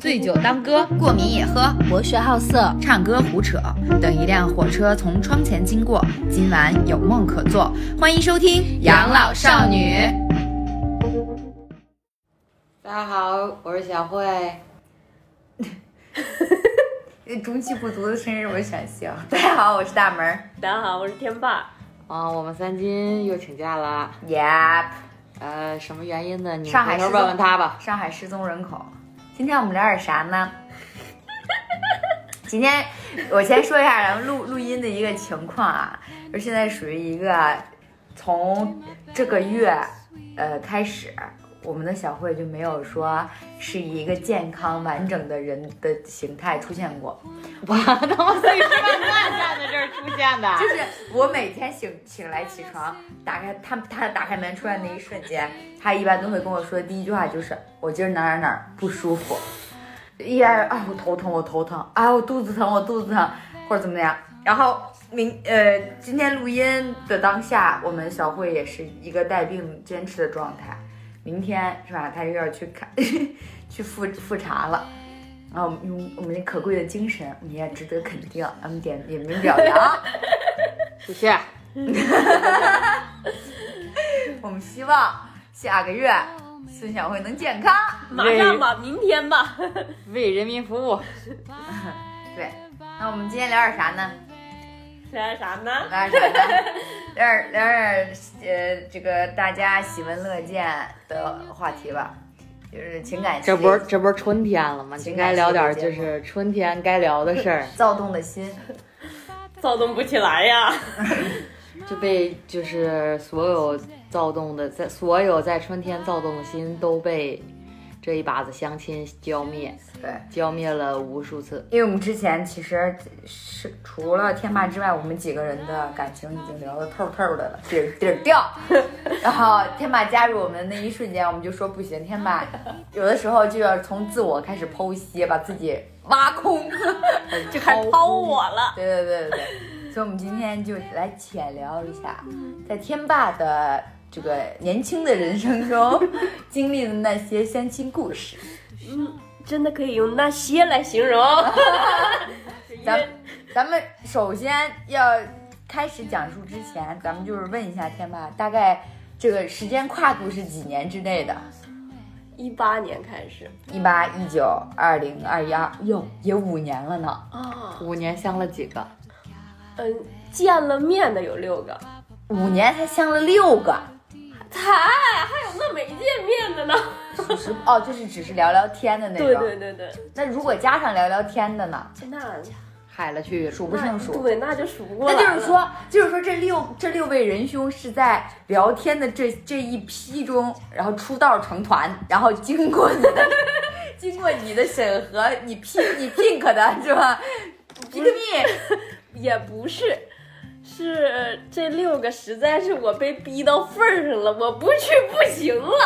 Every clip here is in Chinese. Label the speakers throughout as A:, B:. A: 醉酒当歌，
B: 过敏也喝，
C: 博学好色，
B: 唱歌胡扯。等一辆火车从窗前经过，今晚有梦可做。欢迎收听《养老少女》。
A: 大家好，我是小慧。
B: 中气不足的声 音，我选行。大家好，我是大门。
D: 大家好，我是天霸。
A: 啊、我们三金又请假了，
B: Yep，
A: 呃，什么原因呢？你
B: 上海
A: 们回头
B: 失踪
A: 问问他吧。
B: 上海失踪人口。今天我们聊点啥呢？ 今天我先说一下咱们录录音的一个情况啊，就现在属于一个从这个月呃开始，我们的小慧就没有说是一个健康完整的人的形态出现过。
A: 我他妈碎尸万段站在这儿出现 的，
B: 就是我每天醒醒来起床，打开他他打开门出来那一瞬间，他一般都会跟我说的第一句话就是我今儿哪儿哪儿哪儿不舒服，一然啊我头疼我头疼啊我肚子疼我肚子疼或者怎么样，然后明呃今天录音的当下，我们小慧也是一个带病坚持的状态，明天是吧？她又要去看 去复复查了。然后我们用我们可贵的精神，我们也值得肯定，我们点点名表扬。
A: 谢谢。
B: 我们希望下个月孙小慧能健康。
D: 马上吧，明天 吧。
A: 为人民服务，
B: 对，那我们今天聊点啥呢？
D: 聊点啥呢？
B: 聊点啥呢？聊点聊点呃，这个大家喜闻乐见的话题吧，就是情感系
A: 这不是这不是春天了吗？你
B: 情
A: 应
B: 感
A: 该聊点
B: 系列
A: 就
B: 节目
A: 是春天该聊的事儿，
B: 躁动的心。
D: 躁动不起来 呀。
A: 就被就是所有躁动的在所有在春天躁动的心都被这一把子相亲浇灭，
B: 对，
A: 浇灭了无数次。
B: 因为我们之前其实是除了天霸之外，我们几个人的感情已经聊得透透的了，底儿底儿掉。 然后天霸加入我们那一瞬间，我们就说不行，天霸有的时候就要从自我开始剖析，把自己挖空， 就开始
D: 抛我了。
B: 对对对对对，所以我们今天就来浅聊一下，在天霸的这个年轻的人生中 经历的那些相亲故事。
D: 真的可以用那些来形容。
B: 咱咱们首先要开始讲述之前，咱们就是问一下天霸，大概这个时间跨度是几年之内的？
D: 一八年开始
B: 一八、一九、二零、二一、二哟，也五年了呢。
D: 啊，
A: 五年相了几个？
D: 嗯，见了面的有六个，
B: 五年才相了六个，
D: 才还有那没见面的呢。
B: 只是哦，就是只是聊聊天的那种。
D: 对对对对，
B: 那如果加上聊聊天的呢，
D: 那
A: 海了去数
B: 数不胜数。
D: 对，那就数不过来
B: 那
D: 了。
B: 就是说，嗯就是说这六这六位仁兄是在聊天的这这一批中，然后出道成团，然后经过你的 经过你的审核，你 p 你 pink 的是吧？pick me，
D: 也不是。是这六个实在是我被逼到份儿上了，我不去不行了。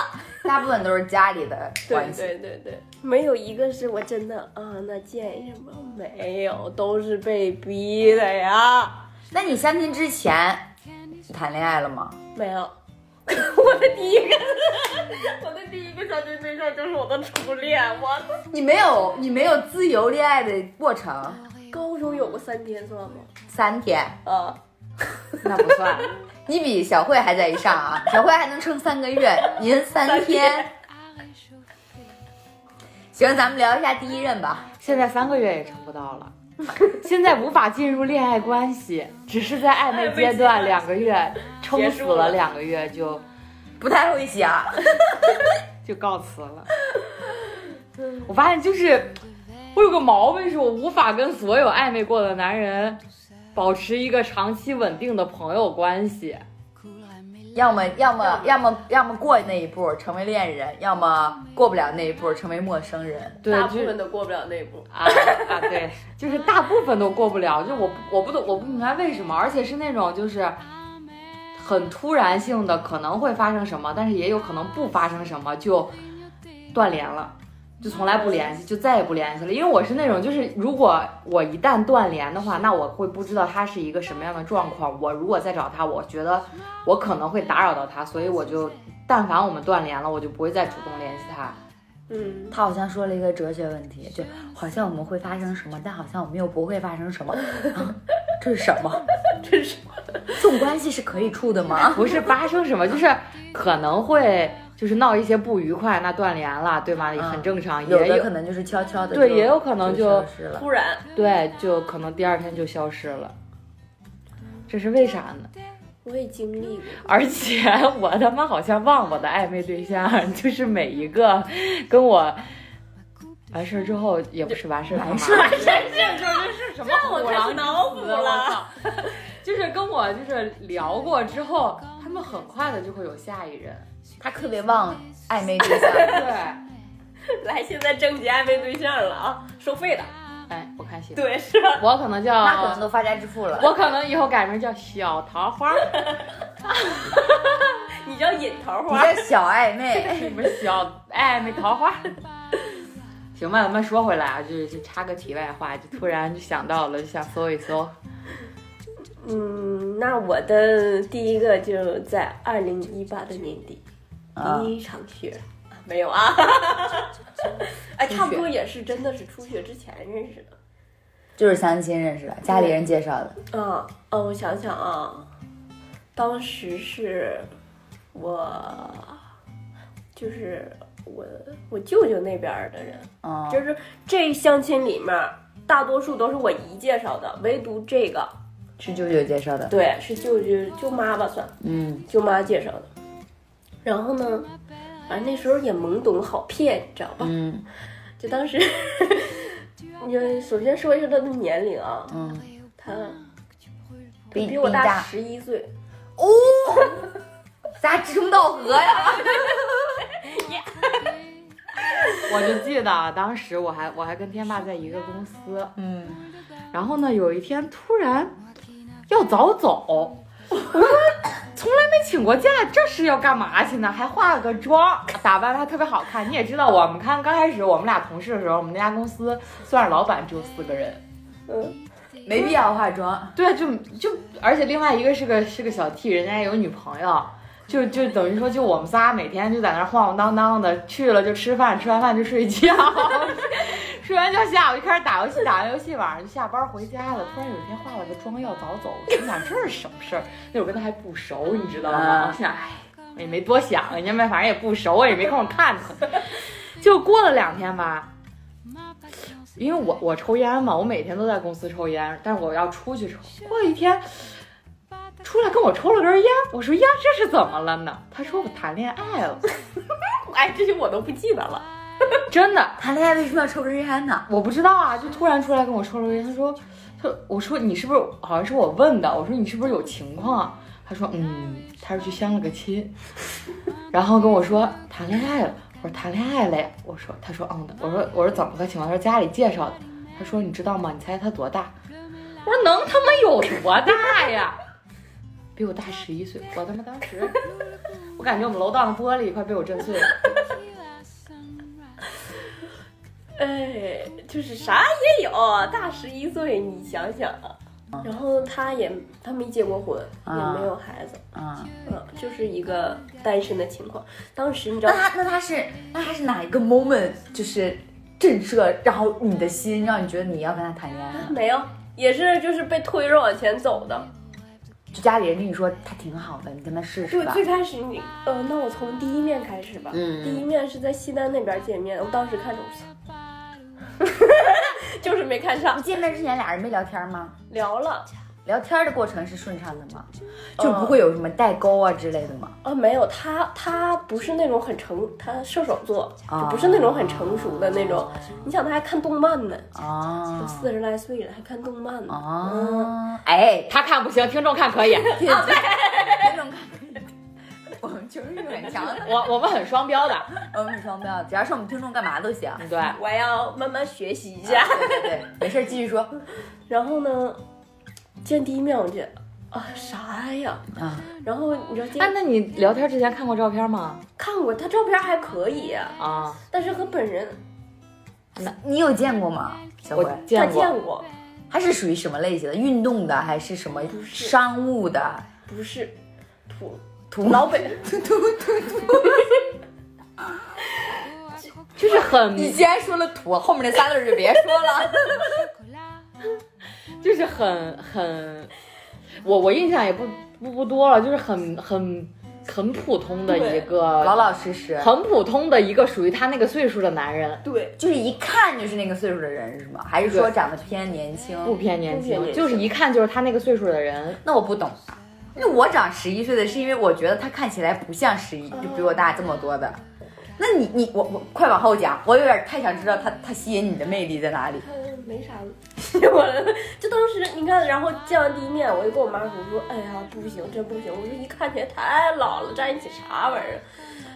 B: 大部分都是家里的
D: 对
B: 关系。
D: 对对对，没有一个是我真的啊，那见一下吗？没有，都是被逼的呀。
B: 那你相亲之前谈恋爱了吗？
D: 没有， 我的第一个， 我的第一个相亲对象就是我的初恋。我
B: 你没有，你没有自由恋爱的过程，
D: 高中有过三天算吗？
B: 三天，
D: 啊，
A: 那不算。
B: 你比小慧还在一上啊！小慧还能撑三个月，您三天。行，咱们聊一下第一任吧。
A: 现在三个月也撑不到了，现在无法进入恋爱关系，只是在暧昧阶段两个月，撑死了两个月就
B: 不太会想，
A: 就告辞 了。我发现就是我有个毛病，是我无法跟所有暧昧过的男人保持一个长期稳定的朋友关系。
B: 要么要么要么要么过那一步成为恋人，要么过不了那一步成为陌生人。
A: 对，
D: 大部
A: 就是
D: 分都过不了那一步。
A: 啊啊，对，就是大部分都过不了，就我我不懂，我不明白为什么，而且是那种就是很突然性的，可能会发生什么，但是也有可能不发生什么，就断联了。就从来不联系，就再也不联系了。因为我是那种，就是如果我一旦断联的话，那我会不知道他是一个什么样的状况。我如果再找他，我觉得我可能会打扰到他，所以我就但凡我们断联了，我就不会再主动联系他。
D: 嗯，
B: 他好像说了一个哲学问题，就好像我们会发生什么，但好像我们又不会发生什么，啊这是什 么？
D: 真是
B: 这种关系是可以处的 吗？
A: 不是发生什么，就是可能会就是闹一些不愉快，那断联了，对吗？也很正常，
B: 有
A: 也
B: 的可能就是悄悄的，
A: 对也有可能就
B: 消失了。
D: 突然，
A: 对，就可能第二天就消失了，这是为啥呢？
D: 我也经历过，
A: 而且 我他妈好像忘我的暧昧对象，就是每一个跟我完事儿之后，也不是完事儿，
B: 完
A: 干嘛
B: 事儿
A: 完事儿这这是什么
D: 我
A: 虎
D: 开
A: 狼
D: 始
A: 之
D: 脑补
A: 词
D: 了
A: 我操就是跟我就是聊过之后，他们很快的就会有下一任，
B: 他特别忘暧昧对 象，
A: 对，
D: 来现在征集暧昧对象了啊，收费的，
A: 哎，我看行，
D: 对，是吧？
A: 我可能叫
B: 那可能都发家致富了。
A: 我可能以后改名叫小桃花，
D: 你叫引桃
B: 你
D: 花，
B: 叫小暧昧，
A: 什么小暧昧桃花。行吧，咱们说回来啊，就是就插个题外话，就突然就想到了，就想搜一搜。
D: 嗯，那我的第一个就在二零一八的年底，
B: 啊
D: 第一场雪，没有 啊，哎，差不多也是，真的是初雪之前认识的。
B: 就是相亲认识的，家里人介绍的。
D: 嗯嗯，我想想啊，当时是我，就是我我舅舅那边儿的人，
B: 嗯，
D: 就是这相亲里面儿大多数都是我姨介绍的，唯独这个
B: 是舅舅介绍的。
D: 对是舅舅舅妈吧算。
B: 嗯，
D: 舅妈介绍的。然后呢，反正那时候也懵懂好骗，你知道吧？
B: 嗯
D: 就当时，你就首先说一下他的年龄啊，
B: 嗯，
D: 他
B: 比
D: 比我
B: 比你
D: 大
B: 大
D: 十一岁，
B: 哦， 咱俩志同道合呀。
A: 我就记得啊当时我还我还跟天霸在一个公司，
B: 嗯，
A: 然后呢，有一天突然要早走，我说从来没请过假，这是要干嘛去呢？还化了个妆，打扮的还特别好看。你也知道，我们看刚开始我们俩同事的时候，我们那家公司算是老板只有四个人，
D: 嗯，
B: 没必要化妆。
A: 对，就就而且另外一个是个是个小 T，人家有女朋友，就就等于说就我们仨每天就在那儿晃晃荡荡的，去了就吃饭，吃完饭就睡觉， 睡完觉下午就开始打游戏，打完游戏晚上就下班回家了。突然有一天化了个妆要早走，我心想这是什么事儿？那会儿跟他还不熟，你知道吗？
B: 啊
A: 我心想哎，我也没多想，人家们反正也不熟，我也没空看他。 就过了两天吧，因为我我抽烟嘛，我每天都在公司抽烟，但是我要出去抽。过了一天，出来跟我抽了根烟，我说呀，这是怎么了呢？他说我谈恋爱了，
D: 哎，这些我都不记得了。
A: 真的，
B: 谈恋爱为什么要抽根烟呢？
A: 我不知道啊，就突然出来跟我抽了根烟。他说，他我说你是不是好像是我问的？我说你是不是有情况啊？他说嗯，他是去相了个亲， 然后跟我说谈恋爱了。我说谈恋爱了呀。我说他说嗯的。我说我说怎么个情况？他说家里介绍的。他说你知道吗？你猜他多大？我说能他妈有多大呀？比我大十一岁。我他妈当时，我感觉我们楼道的玻璃快被我震碎了。
D: 哎，就是啥也有，大十一岁，你想想啊。然后他也他没结过婚，
B: 嗯啊
D: 也没有孩子，
B: 啊、
D: 嗯，就是一个单身的情况。当时你知
B: 那
D: 道，
B: 他那他是那他是哪一个 moment 就是震慑，然后你的心让你觉得你要跟他谈恋爱了？
D: 没有，也是就是被推着往前走的。
B: 就家里人跟你说他挺好的，你跟他试试
D: 对，
B: 吧。
D: 最开始你，呃，那我从第一面开始吧。
B: 嗯
D: 第一面是在西单那边见面，我当时看着我操， 就是没看上
B: 你，见面之前俩人没聊天吗？
D: 聊了
B: 聊天的过程是顺畅的吗？哦就不会有什么代沟啊之类的吗？
D: 啊，没有，他他不是那种很成，他射手座，
B: 啊
D: 就不是那种很成熟的那种。你想，他还看动漫呢，都
B: 啊
D: 四十来岁了还看动漫呢。嗯
B: 啊！哎，
A: 他看不行，听众看可以。
B: 听众听众看，我们求生欲很强，哦
A: 我我们很双标的，
B: 我们很双标，只要是我们听众干嘛都行。
A: 对。
D: 我要慢慢学习一下。
B: 对对对，没事儿继续说
D: 然后呢，见第一面我就啊啥呀？
B: 啊。
D: 然后你知道见
A: 哎，那你聊天之前看过照片吗？
D: 看过他照片还可以，
A: 啊，
D: 但是和本人
B: 你有见过吗？小
A: 我
B: 辉，
A: 见
D: 他
A: 过。
D: 见过，
B: 它是属于什么类型的？运动的还是什么
D: 是
B: 商务的？
D: 不是土
B: 土老北，土土土，
A: 就是很
B: 你既然说了土，后面那仨字儿就别说了。
A: 就是很很，我我印象也不不不多了，就是很很很普通的一
B: 老
A: 个，
B: 老实实，
A: 很普通的一个属于他那个岁数的男人，
D: 对，
B: 就是一看就是那个岁数的人是吗？还是说长得偏年轻？
A: 不偏年
D: 不偏
A: 轻，
D: 年
A: 就是一看就是他那个岁数的人。
B: 那我不懂。那我长十一岁的是因为我觉得他看起来不像十一，就比我大这么多的。那你你我我快往后讲，我有点太想知道他他吸引你的魅力在哪里。
D: 嗯，没啥，我就当时你看，然后见完第一面，我就跟我妈说，我说哎呀不行，真不行，我说一看起来太老了，站一起啥玩意儿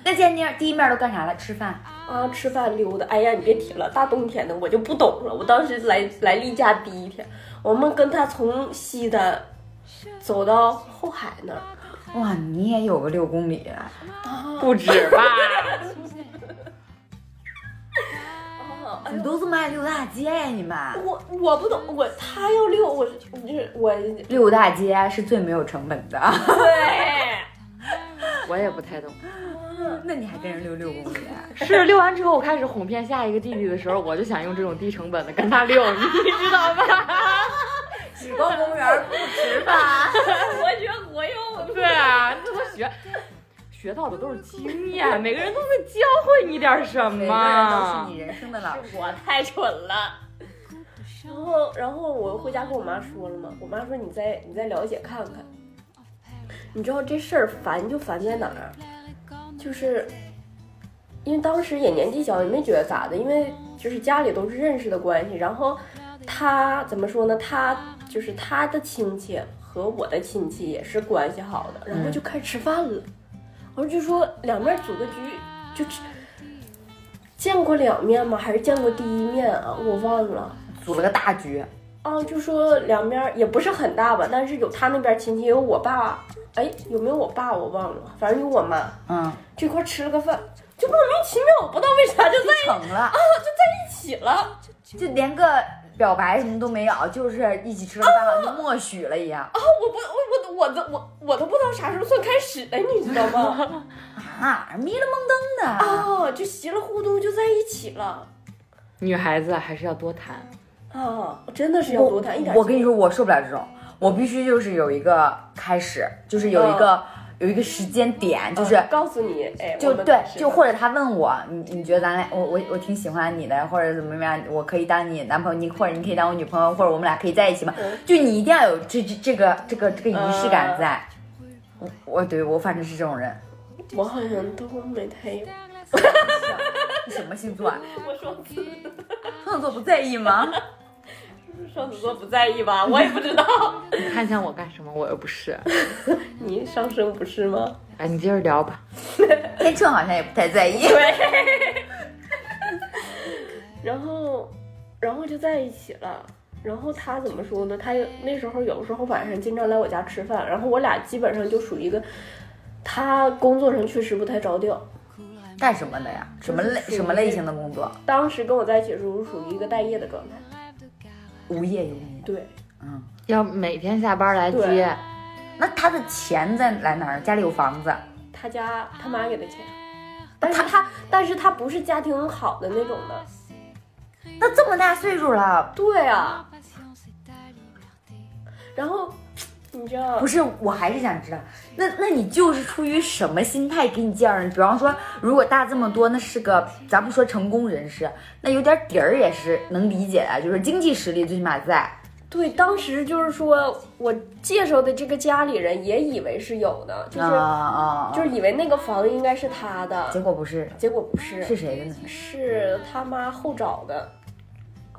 B: 那见面第一面都干啥了？吃饭？
D: 啊？吃饭溜达，哎呀你别提了，大冬天的我就不懂了。我当时来来例假第一天，我们跟他从西单走到后海那儿，
B: 哇，你也有个六公里，
A: 不止吧？
D: 啊，哎
B: 你
D: 呦。
B: 都这么爱溜大街呀、你们
D: 我我不懂，我他要溜，我是我就是我
B: 溜大街是最没有成本的。
D: 对，
A: 我也不太懂。
B: 那你还跟人溜六公里、 啊
A: 是溜完之后，我开始哄骗下一个弟弟的时候，我就想用这种低成本的跟他溜，你知道吧？
B: 只逛公园不吃饭。
D: 我觉得我有我
A: 对啊，这都学学到的都是经验，每个人都会教会你点什
B: 每个人都
A: 么
B: 是你。人生的老师。
D: 我太蠢了。然后，然后我回家跟我妈说了嘛，我妈说你再你再了解看看。你知道这事儿烦就烦在哪儿啊？就是因为当时也年纪小，也没觉得咋的，因为就是家里都是认识的关系。然后他怎么说呢？他就是他的亲戚和我的亲戚也是关系好的，然后就开始吃饭了。我就说两面组个局，就吃。见过两面吗？还是见过第一面啊？我忘了。
B: 组了个大局，
D: 啊，就说两面儿也不是很大吧，但是有他那边亲戚，有我爸，哎，有没有我爸我忘了，反正有我妈。
B: 嗯，
D: 这块儿吃了个饭，就莫名其妙，我不知道为啥就在
B: 就成了，
D: 一起了。啊
B: 就连个表白什么都没有，就是一起吃了饭，好
D: 哦
B: 像就默许了一样
D: 啊，我不，我我我都我我都不知道啥时候算开始的，你知道 吗？
B: 啊，迷了蒙登的。
D: 啊，就稀里糊涂就在一起了。
A: 女孩子还是要多谈。
D: 啊，我真的是要
B: 我
D: 多谈一点。
B: 我跟你，说，我受不了这种，我必须就是有一个开始，就是有一个、有一个时间点，就是。
D: 告诉你，哎，
B: 就
D: 哦我们
B: 对
D: 开，始
B: 就
D: 了
B: 或者他问我，你你觉得咱俩，我我我挺喜欢你的，或者怎么怎么样，我可以当你男朋友，你或者你可以当我女朋友，或者我们俩可以在一起吗？
D: 嗯
B: 就你一定要有这这这个这个这个仪式感在。
D: 哦
B: 我我对我反正是这种 人。
D: 我好像都没太有。
B: 你什么星座啊？
D: 我双子，
B: 双子座不在意吗？
D: 双子座不在意 吧？我也不知道。
A: 你看向我干什么？我又不是。
D: 你上升不是吗？
A: 哎，你接着聊吧。
B: 天秤好像也不太在意。
D: 然后，然后就在一起了。然后他怎么说呢？他有那时候有时候晚上经常来我家吃饭，然后我俩基本上就属于一个，他工作上确实不太着调。
B: 干什么的呀？什么类什么类型的工作？
D: 当时跟我在一起的时候属于一个待业的状态，
B: 无业游民。
D: 对，
B: 嗯，
A: 要每天下班来
D: 对
A: 接，哎
B: 那他的钱在来哪儿？家里有房子。
D: 他家他妈给的钱，但是他但是他不是家庭好的那种的，
B: 那这么大岁数了，
D: 对啊。然后你知道
B: 不是？我还是想知道，那那你就是出于什么心态给你介绍人？比方说，如果大这么多，那是个咱不说成功人士，那有点底儿也是能理解的，就是经济实力最起码在。
D: 对，当时就是说我介绍的这个家里人也以为是有的，就是、
B: 啊啊！啊
D: 就是以为那个房应该是他
B: 结
D: 的，
B: 果不是，
D: 结果不是，
B: 是谁的呢？
D: 是他妈后找的，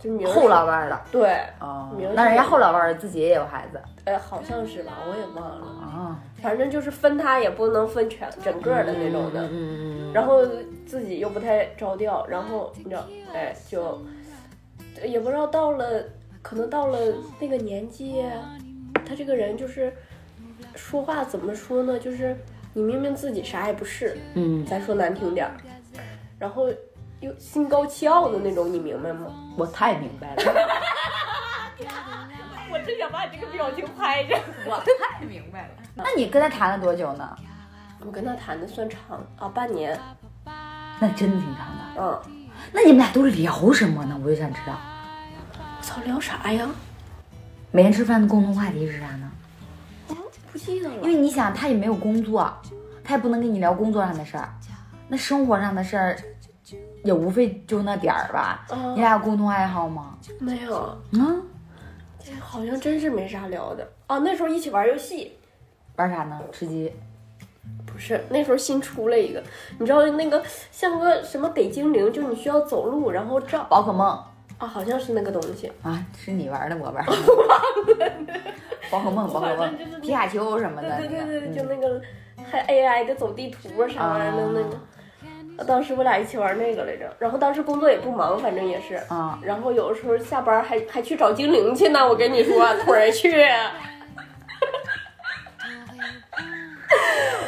D: 就名儿
B: 后老伴儿的。
D: 对，
B: 哦
D: 明，
B: 那人家
D: 是
B: 后老伴儿自己也有孩子。
D: 呃，好像是吧，我也忘了，
B: 哦，
D: 反正就是分他也不能分全整个儿的那种的，
B: 嗯嗯嗯。
D: 然后自己又不太着调，然后你知道，哎，就也不知道到了，可能到了那个年纪，他这个人就是说话怎么说呢？就是你明明自己啥也不是，
B: 嗯，
D: 咱说难听点儿，然后又心高气傲的那种，你明白吗？
B: 我太明白了，
D: 我真想把你这个表情拍着。
B: 我太明白了。那你跟他谈了多久呢？
D: 我跟他谈的算长啊，半年，
B: 那真的挺长的。
D: 嗯，
B: 那你们俩都聊什么呢？我就想知道，
D: 我操，聊啥呀？
B: 每天吃饭的共同话题是啥呢？
D: 不记得
B: 因
D: 了。
B: 为你想，他也没有工作，他也不能跟你聊工作上的事儿，那生活上的事儿也无非就那点儿吧。
D: 嗯
B: 你俩有共同爱好吗？
D: 没有，
B: 嗯，
D: 好像真是没啥聊的啊。那时候一起玩游戏，
B: 玩啥呢？吃鸡。
D: 不是那时候新出了一个，你知道那个像个什么北精灵，就你需要走路，然后照
B: 宝可梦
D: 啊，好像是那个东西。
B: 啊，是你玩的，我玩的。 宝可梦，宝可
D: 反正就是
B: 梦，皮卡丘什么的。
D: 对对
B: 那个
D: 对对，
B: 嗯
D: 就那个还 AI 的走地图啊啥玩意儿的那个。啊当时我俩一起玩那个来着，然后当时工作也不忙，反正也是。
B: 啊，
D: 然后有的时候下班还还去找精灵去呢，我跟你说， 腿儿去。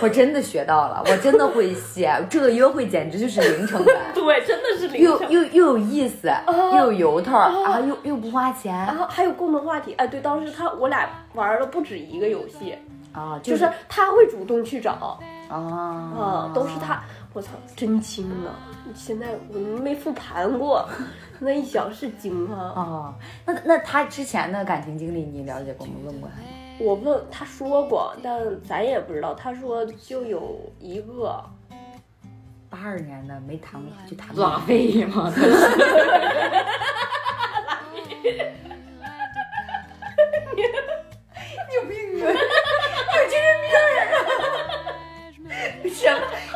B: 我真的学到了，我真的会写。这个约会简直就是零成本，
D: 对，真的是零
B: 又
D: 成。
B: 又又有意思，
D: 哦
B: 又有由头，啊，又又不花
D: 然
B: 钱
D: 后还有共同话题，哎，对，当时他我俩玩了不止一个游戏，
B: 啊，
D: 就是是他会主动去找，
B: 啊
D: 啊，，都是他，我操，真精啊！现在我没复盘 过，那一想是精啊。
B: 哦，那那他之前的感情经历你了解过吗？问过他吗？
D: 我问他说过，但咱也不知道，他说就有一个，
B: 八二年的没谈过就谈过
A: 拉，菲嘛，真是
B: 啊什么？啊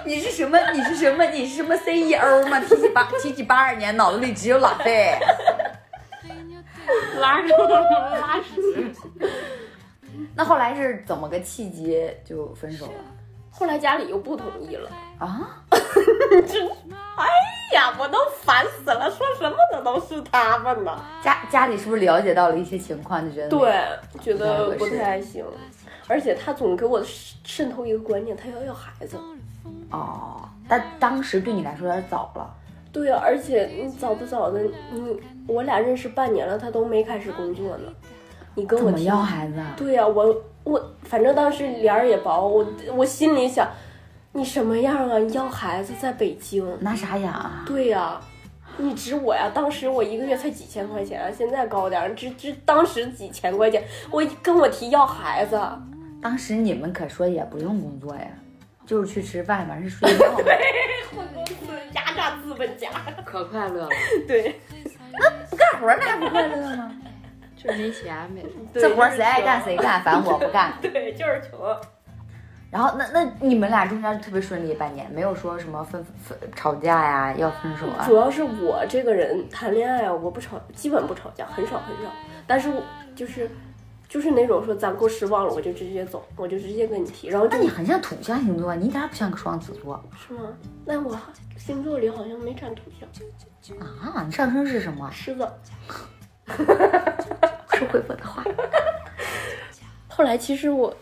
B: 你是什么？你是什么？你是什么 CEO 吗？提起八提起八二年，脑子里只有老费。
A: 拉着拉屎。
B: 那后来是怎么个契机就分手了
D: 后来家里又不同意了。
B: 啊？
D: 哎呀，我都烦死了，说什么的都是他们呢。
B: 家家里是不是了解到了一些情况就觉得那个
D: 对，觉得不太行，而且他总给我渗渗透一个观念，他要要孩子。
B: 哦，但当时对你来说有点早了。
D: 对呀、而且你早不早的，你我俩认识半年了，他都没开始工作呢。你跟
B: 怎
D: 我
B: 么
D: 提
B: 要孩子啊？
D: 对呀、我我反正当时脸儿也薄，我我心里想，你什么样啊？你要孩子在北京？
B: 拿啥养啊？
D: 对呀、你指我呀？当时我一个月才几千块钱，啊现在高点儿，只只当时几千块钱，我跟我提要孩子，
B: 当时你们可说也不用工作呀，就是去吃饭，完事睡觉。
D: 混公司压榨资本家，
A: 可快 乐了，
D: 对，
B: 干活儿那还不快乐吗？
A: 就是没钱呗。
D: 对
B: 这活儿谁爱干？谁干，反正我不 干。
D: 就是穷对，就是穷。
B: 然后那那你们俩中间特别顺利，半年没有说什么分分吵架呀，要分手啊
D: 主？要是我这个人谈恋爱啊，我不吵，基本不吵架，很少很少。但是我就是就是那种说咱够失望了，我就直接走，我就直接跟你提，然后
B: 那
D: 就
B: 你很像土象星座，你一点儿不像个双子座
D: 是吗？那我星座里好像没占土象，
B: 啊！你上升是什么？
D: 狮子。
B: 收回我的话。
D: 后来其实我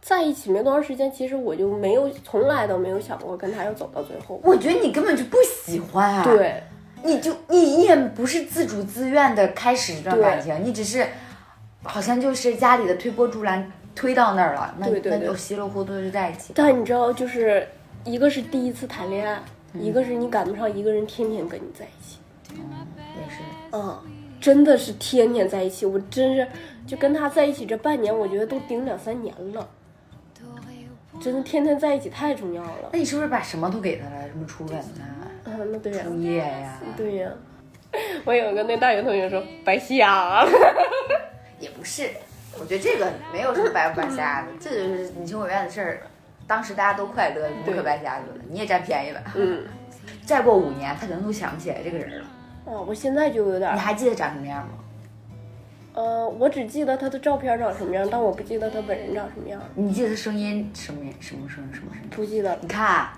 D: 在一起没多长时间，其实我就没有从来都没有想过跟他要走到最后。
B: 我觉得你根本就不喜欢啊！，
D: 对，
B: 你就你你也不是自主自愿的开始这段感情，你只是好像就是家里的推波助澜推到那儿了，那
D: 对对
B: 那
D: 对
B: 就稀里糊涂就在一起。
D: 但你知道，就是一个是第一次谈恋爱，一个是你赶不上一个人天天跟你在一起。
B: 也是，
D: 嗯，真的是天天在一起，我真是就跟他在一起这半年，我觉得都顶两三年了。真的天天在一起太重要了。
B: 那你是不是把什么都给他了？什么初吻啊、
D: 嗯，那对呀、
B: 初夜呀、
D: 对呀、 我有个那大学同学说白瞎了，
B: 也不是，我觉得这个没有什么白不白瞎的，这就是你情我愿的事儿。当时大家都快乐，无可
D: 对
B: 白瞎子了，你也占便宜了。
D: 嗯，
B: 再过五年，他可能都想不起来这个人了。
D: 哦，我现在就有点
B: 你
D: 儿，
B: 还记得长什么样吗？
D: 呃，我只记得他的照片长什么样，但我不记得他本人长什么样，
B: 你记得他声音什么什么声什么声？
D: 不记得了。
B: 你看，啊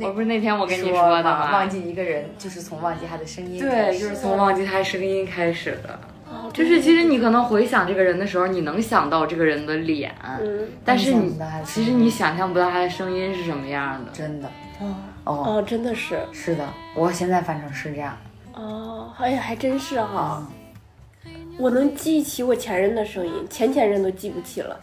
A: 我不是那天我跟你
B: 说
A: 的
B: 嘛
A: 吗
B: 忘？记一个人就是从忘记他的声音开
A: 对，
B: 始
A: 就是从忘记他声音开始的。
D: 哦，
A: 就是其实你可能回想这个人的时候，你能想到这个人的脸，
D: 嗯，
A: 但是
B: 能
A: 你
B: 想到他的声音
A: 其实你想象不到他的声音是什么样的。
B: 真的
D: 哦，
B: 哦，
D: 哦，真的是，
B: 是的，我现在反正是这样
D: 哦，哎呀，还真是哈、
A: 哦
B: 啊。
D: 我能记起我前任的声音，前前任都记不起了。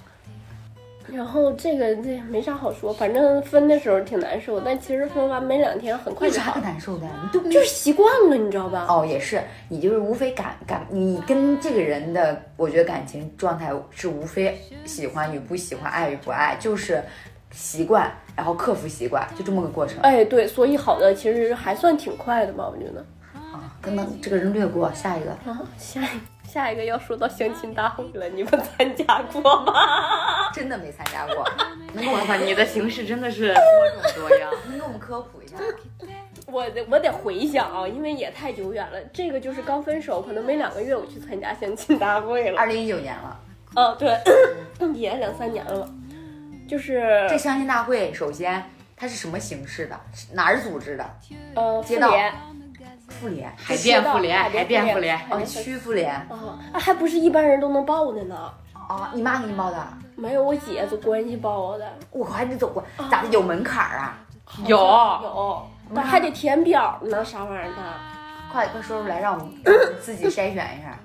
D: 然后这个这没啥好说，反正分的时候挺难受，但其实分完没两天，很快
B: 有
D: 就
B: 啥
D: 好
B: 可
D: 了，
B: 难受的？你都
D: 就是习惯了，你知道吧？
B: 哦，也是，你就是无非感感，你跟这个人的，我觉得感情状态是无非喜欢与不喜欢，爱与不爱，就是习惯，然后克服习惯，就这么个过程
D: 哎，对，所以好的其实还算挺快的吧，我觉得。
B: 啊。可能这个人略过，下一个
D: 然后下一下一个要说到相亲大会了，你们参加过吗？
B: 真的没参加过， 能给我
A: 哇
B: 们
A: 塞，你的形式真的是多种多样。
B: 能给我们科普一下？
D: 我得我得回想啊，因为也太久远了。这个就是刚分手，可能没两个月，我去参加相亲大会了。
B: 二零一九年了，
D: 啊，对，也两三年了，就是
B: 这相亲大会首先它是什么形式的？是哪儿组织的？
D: 呃，妇
B: 街道
D: 联
B: 妇联
A: 海淀妇联，
D: 海
A: 海
D: 淀
A: 淀
D: 妇
A: 妇
D: 联
A: 联，
B: 哦，区妇联
D: 啊，啊还不是一般人都能报的呢。
B: 哦，你妈给你报的，
D: 没有，我姐做关系报的，
B: 我还得走过，咋的？有门槛儿啊？
A: 有
D: 有，但还得填表呢，啥玩意儿的。
B: 快快说出来，让我们让我们自己筛选一下。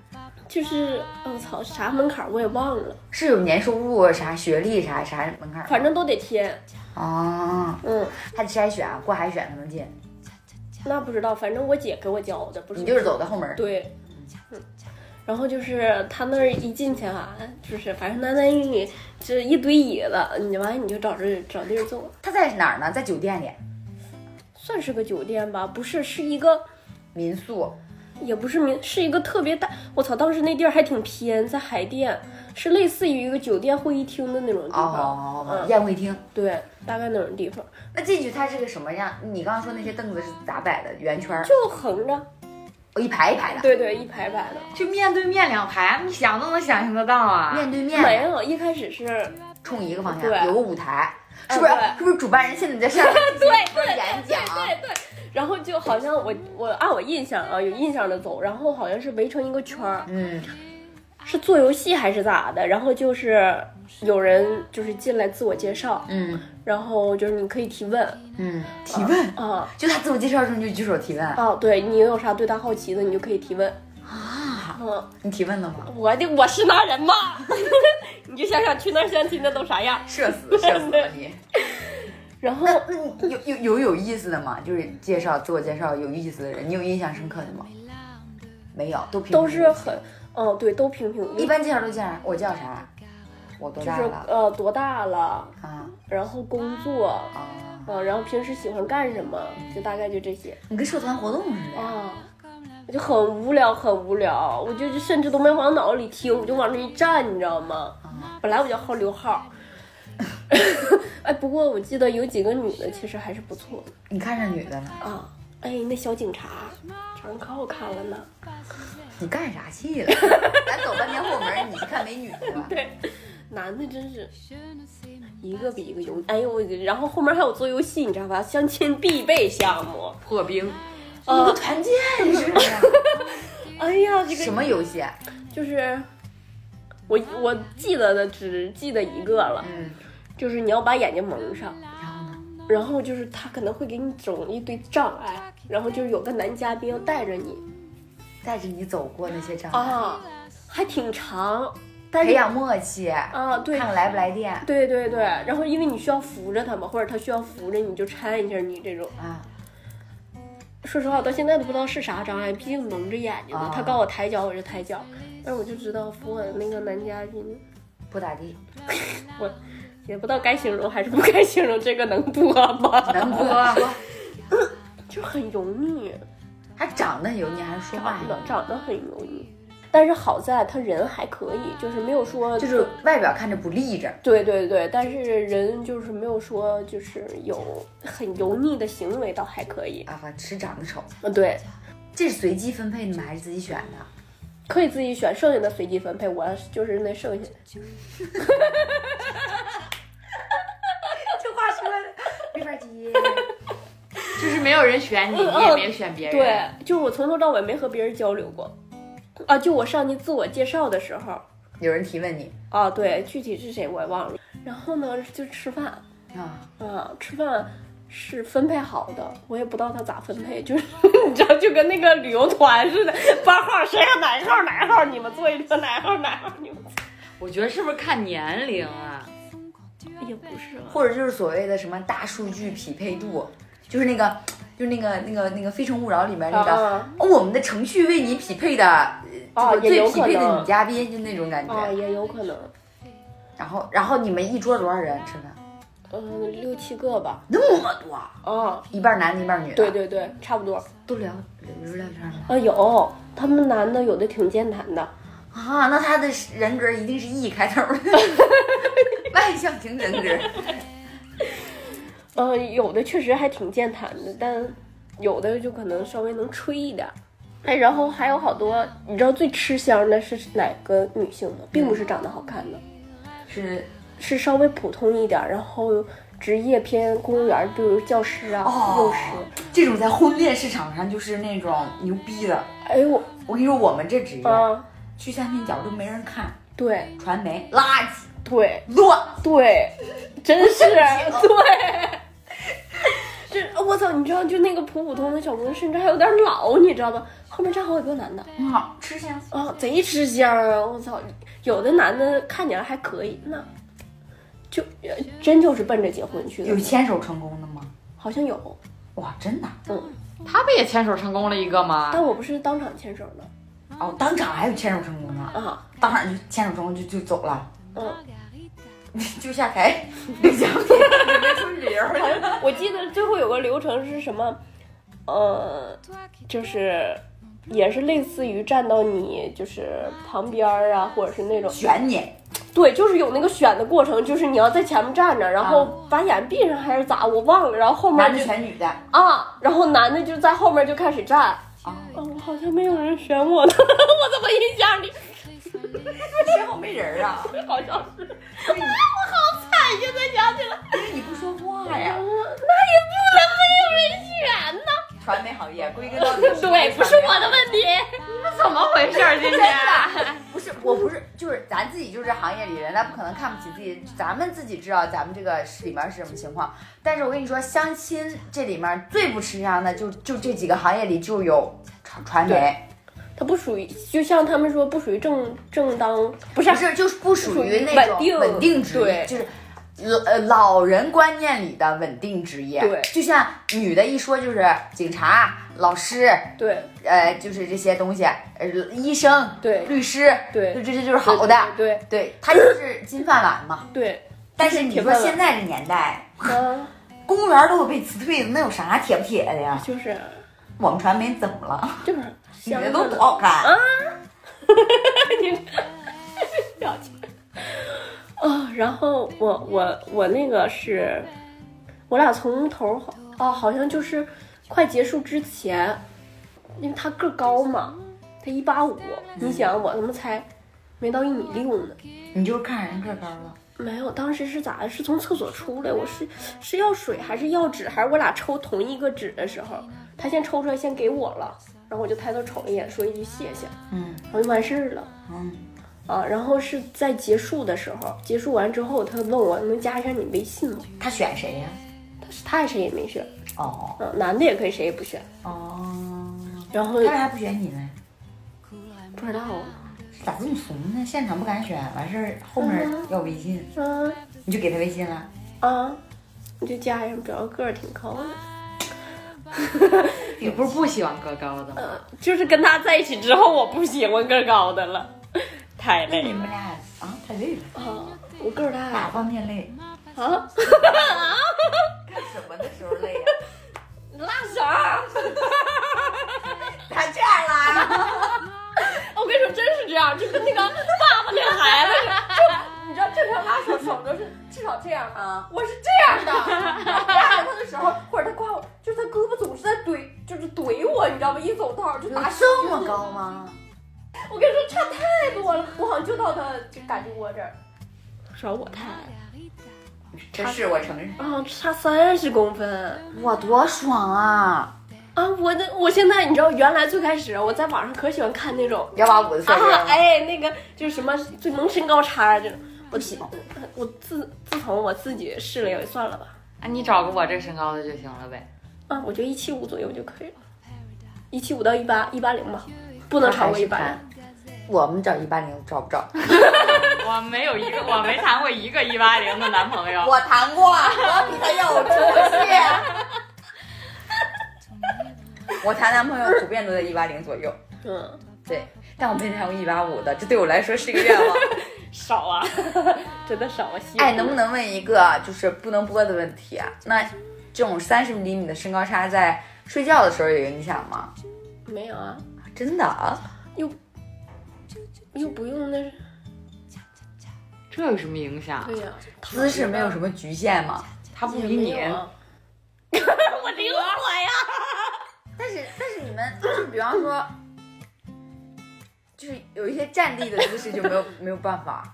D: 就是我操，啥门槛儿我也忘了，
B: 是有年收入、啥学历、啥啥门槛儿吗？
D: 反正都得填。
B: 哦，
D: 嗯，
B: 还得筛选，啊过海选才能进。
D: 那不知道，反正我姐给我教的，不是
B: 你就是走的后门儿。
D: 对。嗯然后就是他那儿一进去啊，就是反正男男女女就是一堆椅子，你完了你就找这找地儿坐，
B: 他在哪儿呢？在酒店里，
D: 算是个酒店吧，不是是一个
B: 民宿。
D: 也不是民，是一个特别大。我操，当时那地儿还挺偏，在海淀，是类似于一个酒店会议厅的那种地方，
B: 哦，嗯
D: 嗯
B: 宴会厅。
D: 对，大概那种地方，
B: 那进去它是个什么样？你刚刚说那些凳子是咋摆的？圆圈儿，
D: 就横着，
B: 哦一排一排的，
D: 对对，一排排的。
A: 就面对面两排，你想都能想象得到啊。
B: 面对
D: 没
B: 面
D: 有，一开始是
B: 冲一个方
D: 对嗯
B: 向，有个舞台，是不是
D: 对？
B: 是不是主办人现在在 上
D: 对
B: 面
D: 对
B: 演
D: 对
B: 讲？啊
D: 对对，然后就好像我我按我印象啊有印象的走，然后好像是围成一个圈儿，
B: 嗯，
D: 是做游戏还是咋的？然后就是有人就是进来自我介绍，
B: 嗯
D: 然后就是你可以提问
B: 嗯，提问，
D: 啊
B: 就他自我介绍的时候你就举手提问，
D: 啊，对你有啥对他好奇的，你就可以提问。
B: 啊，
D: 嗯，
B: 你提问了吗？
D: 我的我是那人嘛， 你就想想去那儿相亲的都啥样。
B: 社死社死了你！
D: 然后
B: 那那 你有有有有意思的吗？就是介绍自我介绍有意思的人，你有印象深刻的吗？没有，都平
D: 都是很，嗯，对，都平平，
B: 一般介绍都这样。我叫啥？我多
D: 就
B: 大
D: 是
B: 了？
D: 呃多大了，
B: 啊
D: 然后工作，
B: 啊！
D: 啊，然后平时喜欢干什么，就大概就这些
B: 你跟社团活动似的。
D: 啊。我就很无聊，很无聊，我就就甚至都没往脑子里听，我就往那一站，你知道吗？
B: 哦
D: 本来我就好溜号， 哎，不过我记得有几个女的其实还是不错的
B: 你看上女的了？
D: 啊。哎，那小警察长得可好看了呢。
B: 你干啥去了？咱走半天后门，你去看美女去了。
D: 对，男的真是一个比一个油。哎呦，我然后后面还有做游戏，你知道吧？相亲必备项目。
A: 破冰，
B: 你
D: 啊
B: 个团建似
D: 哎呀，这
B: 的。
D: 个
B: 什么游戏？啊
D: 就是我我记得的只记得一个了，
B: 嗯，
D: 就是你要把眼睛蒙上，
B: 然后呢？
D: 然后就是他可能会给你整一堆障碍，然后就是有个男嘉宾要带着你
B: 带着你走过那些障碍，
D: 啊，还挺长，但
B: 培
D: 是
B: 养默契，
D: 啊对。
B: 看来不来电
D: 对对对，然后因为你需要扶着他嘛，或者他需要扶着你，就搀一下你这种。
B: 啊。
D: 说实话，我到现在都不知道是啥障碍，毕竟蒙着眼睛呢。
B: 啊
D: 他告我抬脚，我就抬脚，但是我就知道扶我的那个男嘉宾
B: 不咋 地，
D: 也不知道该形容还是不 该形容，这个能播吗？
B: 能
A: 嗯
B: 播
D: 就很油腻，
B: 还长得很油腻，还是说话
D: 长
B: 很
D: 得
B: 油
D: 长得很油腻，但是好在他人还可以，就是没有说
B: 腻，就是外表看着不立正。
D: 对对对，但是人就是没有说就是有很油腻的行为，倒还可以。
B: 啊，是长得丑，
D: 嗯，对，
B: 这是随机分配的吗？还是自己选的？
D: 可以自己选，剩下的随机分配，我就是那剩下的。
B: 这话说的没法接。
A: 就是没有人选你，你
D: 嗯
A: 也没选别人。
D: 对，就是我从头到尾没和别人交流过，啊，就我上去自我介绍的时候，
B: 有人提问你
D: 啊，对，具体是谁我也忘了。然后呢，就吃饭，
B: 啊，
D: 啊，吃饭是分配好的，我也不知道他咋分配，就是 你知道，就跟那个旅游团似的，班号谁要哪一号哪一号，你们坐一车哪一号哪一号，你们
A: 我觉得是不是看年龄啊？
D: 也不是啊，
B: 或者就是所谓的什么大数据匹配度，就是那个，就是那个那个那个《非诚勿扰》里面那个、
D: 啊
B: 哦，我们的程序为你匹配的，
D: 啊
B: 呃
D: 也有
B: 最匹
D: 可
B: 配的
D: 能
B: 女嘉宾，就那种感觉。
D: 啊，也有可能，
B: 然后，然后你们一桌多少人吃饭？
D: 嗯，六七个吧，
B: 那么多，
D: 啊，
B: 一半男的，一半女的。
D: 对，对对，差不多。
B: 都聊聊聊天吗？
D: 啊，有他们男的有的挺健谈的，
B: 啊，那他的人格一定是 E 开头的， 外向型人格。
D: 呃，有的确实还挺健谈的，但有的就可能稍微能吹一点儿。哎，然后还有好多，你知道最吃香的是哪个女性吗？并不是长得好看的，
B: 是
D: 是稍微普通一点儿，然后职业偏公务员儿，比如教师啊、
B: 哦
D: 幼师。
B: 这种在婚恋市场上就是那种牛逼的。
D: 哎呦，
B: 我跟你说，我们这职业、
D: 啊，
B: 去下面角都没人看，
D: 对
B: 传媒垃圾
D: 对
B: 乱。
D: 对，真是对。 这呃我操，你知道，就那个普普通的小姑娘，甚至还有点老，你知道吧？后面站好几个男的，
B: 好吃香。
D: 哦，贼吃香啊！我操，有的男的看起来还可以，那就呃真就是奔着结婚去
B: 有
D: 的，
B: 牵手成功的吗？
D: 好像有，
B: 哇，真的
D: 嗯，
A: 他不也牵手成功了一个吗？
D: 但我不是当场牵手的
B: 哦，当场还有牵手成功的，
D: 啊，
B: 当场就牵手成功就就走了，
D: 嗯，
B: 就下 台领奖品，没出理由。
D: 好像我记得最后有个流程是什么，呃，就是也是类似于站到你就是旁边儿啊，或者是那种
B: 选你，
D: 对，就是有那个选的过程，就是你要在前面站着，然后把眼闭上还是咋，我忘了，然后后面
B: 啊男的
D: 就
B: 选女的。
D: 啊，然后男的就在后面就开始站。
B: 啊，
D: 哦，我好像没有人选我 呢，我怎么印象里
B: 身后没人啊，
D: 好像是？哎，我好惨，现在想起来，
B: 因为你不说话
D: 哎呀，
B: 呀。
D: 我那也不能没有人选呢。
B: 传媒行业归根到底是
D: 对，不是我的问题。
A: 那怎么回事儿？今天啊
B: 不是，我不是，就是咱自己就是这行业里人，咱不可能看不起自己，咱们自己知道咱们这个是里面是什么情况。但是我跟你说，相亲这里面最不吃香的就就这几个行业里就有传传媒，
D: 他不属于，就像他们说不属于正正当，不是啊
B: 不是就是不属于那种
D: 稳定
B: 稳定职业，
D: 对
B: 就是。呃，老人观念里的稳定职业，
D: 对
B: 就像女的一说就是警察、老师，
D: 对
B: 呃，就是这些东西，呃，医生、
D: 对
B: 律师，
D: 对
B: 就这些就是好的，
D: 对
B: 对，他就是金饭碗嘛。
D: 对
B: 但是你
D: 铁
B: 说
D: 饭碗
B: 现在这年代，
D: 对，啊，
B: 公务员都有被辞退的，那有啥铁不铁的呀？
D: 就是
B: 我们传媒怎么了？
D: 就是
B: 女
D: 香
B: 的
D: 的
B: 都多好看，
D: 表情。啊、然后我我我那个是，我俩从头好哦，好像就是快结束之前，因为他个儿高嘛，他一八五，你想我他妈才没到一米六呢。
B: 你就是看人个高了。
D: 没有，当时是咋的？是从厕所出来，我是是要水还是要纸，还是我俩抽同一个纸的时候，他先抽出来，先给我了，然后我就抬头瞅了一眼，说一句谢谢，
B: 嗯
D: 然后就完事儿了。
B: 嗯，
D: 啊，然后是在结束的时候，结束完之后，他问我能加一下你微信吗？
B: 他选谁呀？
D: 他是他也谁也没选，
B: 哦
D: 嗯、男的也可以谁也不选。
B: 哦，
D: 然后
B: 他为啥不选你呢？
D: 不知道啊，
B: 咋这么怂呢？现场不敢选，完事儿后面要微信，
D: 嗯
B: 你就给他微信了。
D: 啊，你就加上，主要个儿挺高的。
A: 你不是不喜欢个高的吗？
D: 呃，就是跟他在一起之后，我不喜欢个儿高的了，太累
B: 你
D: 了
B: 们俩啊，太累了，
D: 啊，我个儿
B: 哪
D: 大
B: 方面累？
D: 啊，
B: 干什么的时候累呀？
D: 拉啥？
B: 打架啦！
D: 我跟你说，真是这样，就跟那个 爸爸那孩子似的，就你知道正常拉手手都是至少这样啊。
B: 啊，
D: 我是这样的，挂着他的时候，或者他挂我，就是他胳膊总是在怼，就是怼我，你知道吗？一走道就
B: 有
D: 打手
B: 这么高吗？
D: 我跟你说差太多了，我好像就到他就感觉我这儿，主要我太矮
B: 这是我承认。
D: 啊，差三十公分
B: 哇，多爽啊！
D: 啊！我的我现在你知道，原来最开始我在网上可喜欢看那种
B: 幺八五的帅哥，
D: 啊，哎，那个就是什么最萌身高差啊这种，我喜我自自从我自己试了也算了吧，
A: 啊，你找个我这身高的就行了呗。
D: 啊，我觉得一七五左右就可以了，一七五到一八一八零吧，不能超过一八零。
B: 我们找一八零找不着，
A: 我没有一个，我没谈过一个一八零的男朋友。
B: 我谈过，我比他要有出 息。我谈男朋友普遍都在一八零左右，
D: 嗯，
B: 对，但我没谈过一八五的，这对我来说是一个愿望。
D: 少啊， 真的少啊，稀
B: 哎，
D: 有
B: 能不能问一个就是不能播的问题啊？那这种三十厘米的身高差在睡觉的时候有影响吗？
D: 没有啊？
B: 真的啊？
D: 又不用那，
A: 这有什么影响？啊
D: 对呀、
B: 姿势没有什么局限吗？
A: 他不
D: 也
A: 比
D: 没
A: 你，
D: 有 啊。我灵活呀，
B: 但是但是你们就是比方说，就是有一些站立的姿势就没 有没有办法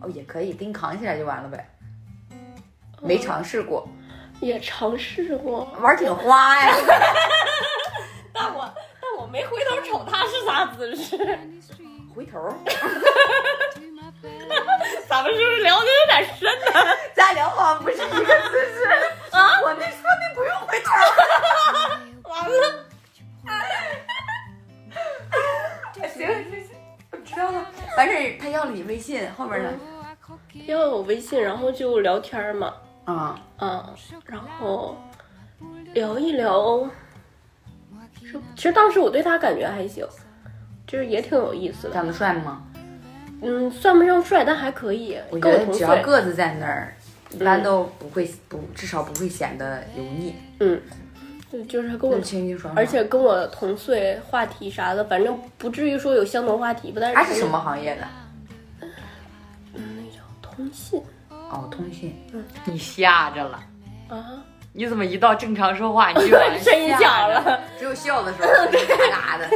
B: 哦，也可以给你扛起来就完了呗。嗯没尝试过，
D: 也尝试过，
B: 玩挺花呀。
D: 但我但我没回头瞅他是啥姿势。
B: 回头，
D: 咱们是不是聊的有点深呢？
B: 咱俩话不是一个姿势啊！我那说那不用回头。
D: 完了，
B: 行行行，我知道了。完事儿他要了你微信，后边呢？
D: 要我微信，然后就聊天嘛，
B: 啊、
D: 嗯，然后聊一聊。是其实当时我对他感觉还行，就是也挺有意思的。
B: 长得帅吗？
D: 嗯，算不上帅，但还可以，
B: 我觉
D: 跟我
B: 得
D: 同
B: 只要
D: 岁。嗯
B: 个子在那儿，一般都不会不至少不会显得油腻，
D: 嗯，就就是还跟我
B: 又，清清爽爽。
D: 而且跟我同岁，话题啥的，反正不至于说有相同话题吧。但是
B: 他啊是什么行业的？
D: 那种通信
B: 哦，通信。
A: 你吓着了。
D: 啊，
A: 你怎么一到正常说话 你就
D: 深一脚了。
B: 只有笑的时候是嘎嘎的。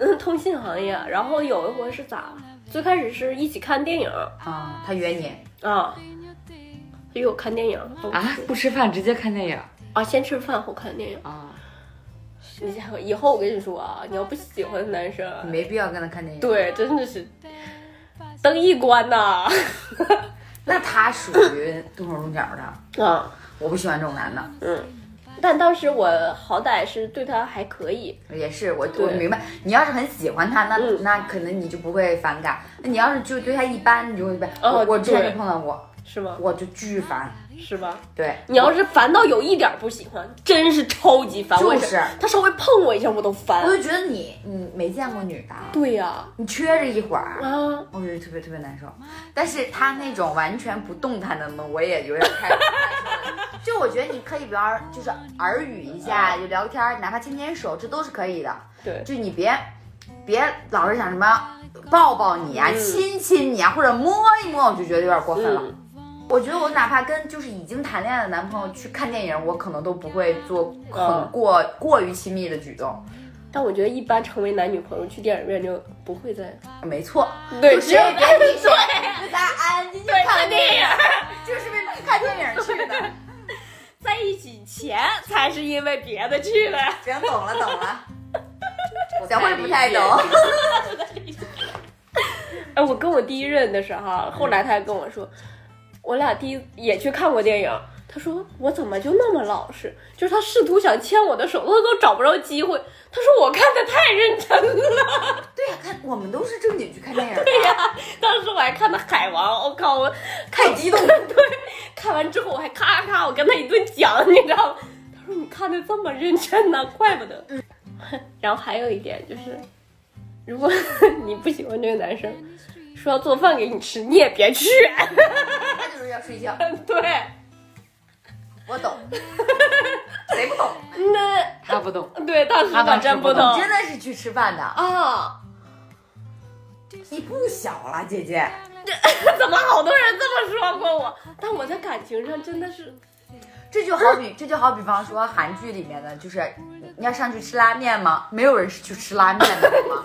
D: 嗯，通信行业。然后有一回是咋？最开始是一起看电影
B: 啊，他约你，
D: 啊，约我看电影啊
A: 啊？不吃饭直接看电影
D: 啊，先吃饭后看电影。
A: 啊？
D: 你家伙，以后我跟你说啊，你要不喜欢男生，
B: 你没必要跟他看电影。，
D: 对，真的是灯一关呐
B: 那他属于动手动脚的，
D: 啊，
B: 我不喜欢这种男的。
D: 嗯。但当时我好歹是对他还可以，
B: 也是，我我
D: 对
B: 明白，你要是很喜欢他，那、
D: 嗯
B: 那可能你就不会反感。那你要是就对他一般，你就会被、
D: 哦
B: 我我之前
D: 对
B: 就碰到过，
D: 是吗？
B: 我就巨烦。
D: 是吧？
B: 对，
D: 你要是烦到有一点不喜欢，真是超级烦。我也
B: 就是
D: 他稍微碰我一下我都
B: 我
D: 烦。
B: 就觉得你你没见过女的，啊
D: 对呀、
B: 你缺着一会儿
D: 啊，，
B: 我觉得特别特别难受。但是他那种完全不动弹的呢，我也有点太太受了。就我觉得你可以，比方就是耳语一下，就聊天，哪怕牵牵手，这都是可以的。
D: 对，
B: 就你别别老是想什么抱抱你啊、
D: 嗯
B: 亲亲你啊，或者摸一摸，我就觉得有点过分了。
D: 嗯，
B: 我觉得我哪怕跟就是已经谈恋爱的男朋友去看电影，我可能都不会做很
D: 嗯
B: 过、过于亲密的举动。
D: 但我觉得一般成为男女朋友去电影院就不会再
B: 没错，
D: 对
B: 就谁也别提谁，就咱安静静看电影， 就是为了看电影去的。
D: 在一起前才是因为别的去的。
B: 行，懂了懂 了，小
A: 小
B: 慧不太懂。
D: 哎，我跟我第一任的时候，后来他还跟我说，我俩第一也去看过电影。他说我怎么就那么老实？就是他试图想牵我的手，他都找不着机会。他说我看的太认真了。
B: 对呀、 看我们都是正经去看电影的，
D: 当时我还看的《海王》，我靠，我
B: 太激动了。
D: 看完之后我还咔咔，我跟他一顿讲，你知道吗？他说你看的这么认真呢、怪不得。
A: 嗯
D: 然后还有一点就是，如果 你不喜欢这个男生，说要做饭给你吃，你也别去。
B: 那就是要睡觉。
D: 对，
B: 我懂，谁不 懂？
D: 那
A: 他不懂，
D: 对，当时
A: 他
D: 我
A: 当时
D: 真
A: 不
D: 不
A: 懂
D: 懂
B: 你真的是去吃饭的，
D: 啊，
B: 你不小了，姐姐。
D: 怎么好多人这么说过我？但我在感情上真的是，
B: 这就好比，这就好比方说韩剧里面的，就是你要上去吃拉面吗？没有人是去吃拉面的好吗？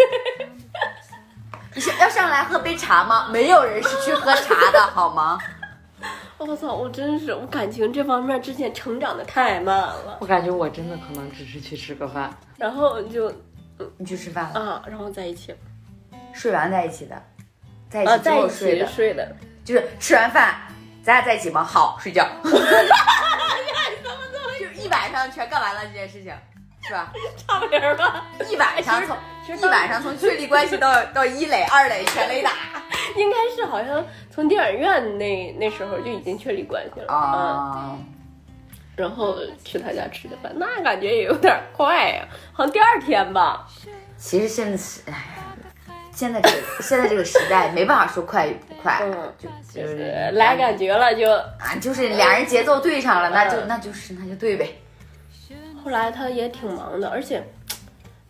B: 你是要上来喝杯茶吗？没有人是去喝茶的好吗？
D: 我操，我真是我感情这方面之前成长的太慢了，
A: 我感觉我真的可能只是去吃个饭。
D: 然后就
B: 你去吃饭了，
D: 啊，然后在一起了，
B: 睡完在一起的，在一
D: 啊，
B: 起之
D: 在
B: 后
D: 一
B: 睡
D: 起
B: 的，
D: 睡的。
B: 就是吃完饭，咱俩在一起吗？好，睡觉。 就一晚上全干完了这件事情，是吧？
D: 差不离儿吧。
B: 一晚上从
D: 其实
B: 一晚上从确立关系到到一垒、二垒全垒打，
D: 应该是好像从电影院那那时候就已经确立关系了嗯
B: 啊，
D: 然后去他家吃的饭，那感觉也有点快呀、好像第二天吧。
B: 其实现在，哎现在这个现在这个时代没办法说快与不快，
D: 嗯
B: 就
D: 就
B: 就是
D: 是来
B: 个
D: 感觉了就，
B: 啊，就是俩人节奏对上了，那就
D: 嗯
B: 那就是那就对呗。
D: 后来他也挺忙的，而且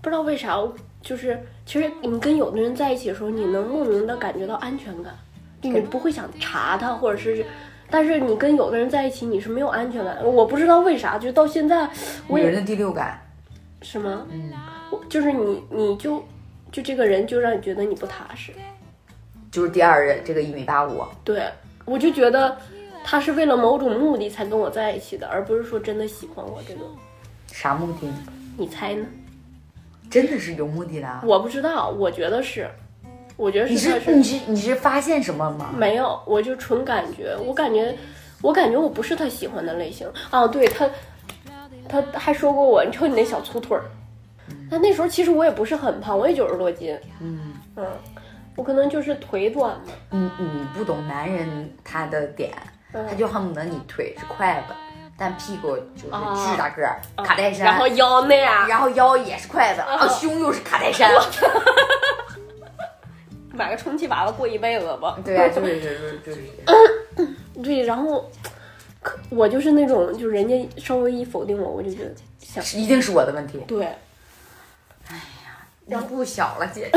D: 不知道为啥，就是其实你跟有的人在一起的时候，你能莫名的感觉到安全感，就你不会想查他，或者是，但是你跟有的人在一起，你是没有安全感的。我不知道为啥，就到现在我
B: 女人
D: 也
B: 的第六感，
D: 什么，
B: 嗯，
D: 我就是你你就就这个人就让你觉得你不踏实。
B: 就是第二任这个一米八五，
D: 对，我就觉得他是为了某种目的才跟我在一起的，而不是说真的喜欢我这种。
B: 啥目的？
D: 你猜呢？
B: 真的是有目的的啊。
D: 我不知道，我觉得是，我觉得
B: 你
D: 是
B: 是
D: 他
B: 你是你是发现什么吗？
D: 没有，我就纯感觉，我感觉，我感觉我不是他喜欢的类型啊。对他，他还说过我，你瞅你那小粗腿儿。但那时候其实我也不是很胖，我也九十多斤，
B: 嗯，
D: 嗯，我可能就是腿短嘛，
B: 你你不懂男人他的点，
D: 嗯
B: 他就恨不得你腿是筷子，但屁股就是
D: 啊
B: 巨大个儿，
D: 啊
B: 卡戴珊，
D: 然后腰那样，
B: 然后腰也是筷子，
D: 啊
B: 啊，胸又是卡戴珊，
D: 买个充气娃娃过一辈子吧。
B: 对啊，就是就是就是，
D: 对，然后可我就是那种，就是人家稍微一否定我，我就觉得想
B: 是一定是我的问题，
D: 对，
B: 你不小了姐，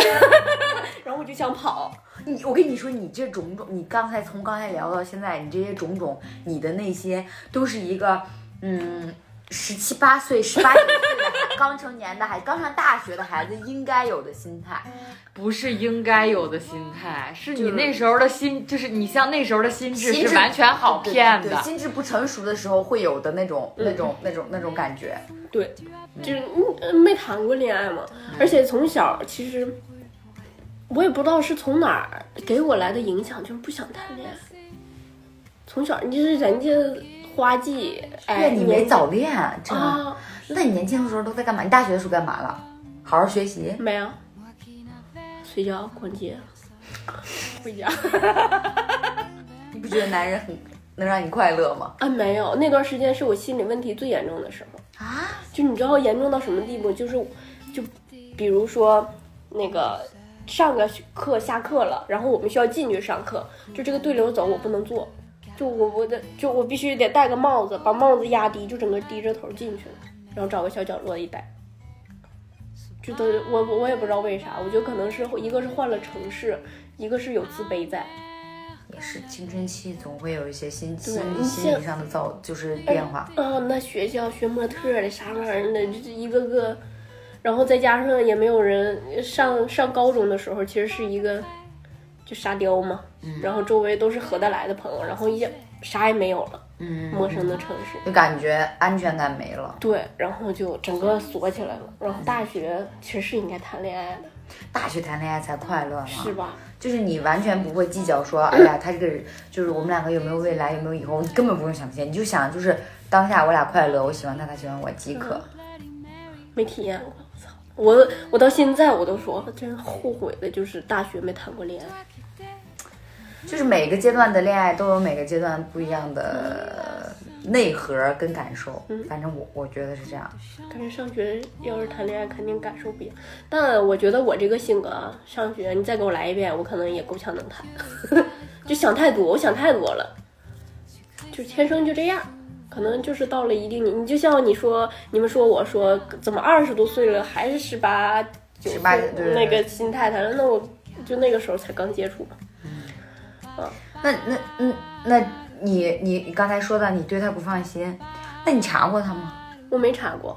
D: 然后我就想跑。
B: 你我跟你说，你这种种，你刚才从刚才聊到现在，你这些种种，你的那些都是一个嗯。十七八岁、十八九岁的孩刚成年的孩子、刚上大学的孩子应该有的心态，
A: 不是应该有的心态，是
B: 就
A: 你
B: 是
A: 那时候的心，就是你像那时候的心智
B: 心智
A: 是完全好
B: 对
A: 骗
B: 对
A: 的
B: 对，心智不成熟的时候会有的那种、那种、那种、那种感觉。
D: 对，就是嗯没谈过恋爱嘛，
B: 嗯
D: 而且从小其实我也不知道是从哪儿给我来的影响，就是不想谈恋爱。从小你就是人家花季，哎，
B: 对，你
D: 年
B: 没
D: 纪
B: 早恋，真的。
D: 啊？
B: 那你年轻的时候都在干嘛？你大学的时候干嘛了？好好学习。
D: 没有，睡觉、逛街、 回家。
B: 你不觉得男人很能让你快乐吗？
D: 啊，没有，那段时间是我心理问题最严重的时候。
B: 啊，
D: 就你知道严重到什么地步？就是，就比如说那个上个课下课了，然后我们需要进去上课，就这个对流走我不能坐，就我我的就我必须得戴个帽子，把帽子压低，就整个低着头进去了，然后找个小角落一待。就都我我也不知道为啥，我觉得可能是一个是换了城市，一个是有自卑在，
B: 也是青春期总会有一些心
D: 对
B: 心理
D: 你
B: 心理
D: 像
B: 上的造就是变化。
D: 啊，那学校学模特儿的啥玩意儿的，就是一个个，然后再加上也没有人上上高中的时候，其实是一个就沙雕嘛，
B: 嗯
D: 然后周围都是合得来的朋友，然后也啥也没有了，
B: 嗯，
D: 陌生的城市，
B: 就感觉安全感没了。
D: 对，然后就整个锁起来了。然后大学其实是应该谈恋爱的，
B: 大学谈恋爱才快乐嘛，
D: 是吧？
B: 就是你完全不会计较说，哎呀，他这个人就是我们两个有没有未来，有没有以后，你根本不用想这些，你就想就是当下我俩快乐，我喜欢他，他喜欢我即可。
D: 没体验过，我操！我我到现在我都说，真后悔的就是大学没谈过恋爱。嗯
B: 就是每个阶段的恋爱都有每个阶段不一样的
D: 嗯
B: 内核跟感受，反正我我觉得是这样。
D: 感觉上学要是谈恋爱，肯定感受不一样。但我觉得我这个性格啊，上学你再给我来一遍，我可能也够呛能谈。 就想太多，我想太多了，就天生就这样。可能就是到了一定年，你就像你说，你们说我说怎么二十多岁了还是十八九
B: 18对对对
D: 那个心态谈，那我就那个时候才刚接触嘛。
B: 那那嗯，那你你你刚才说到你对他不放心，那你查过他吗？
D: 我没查过，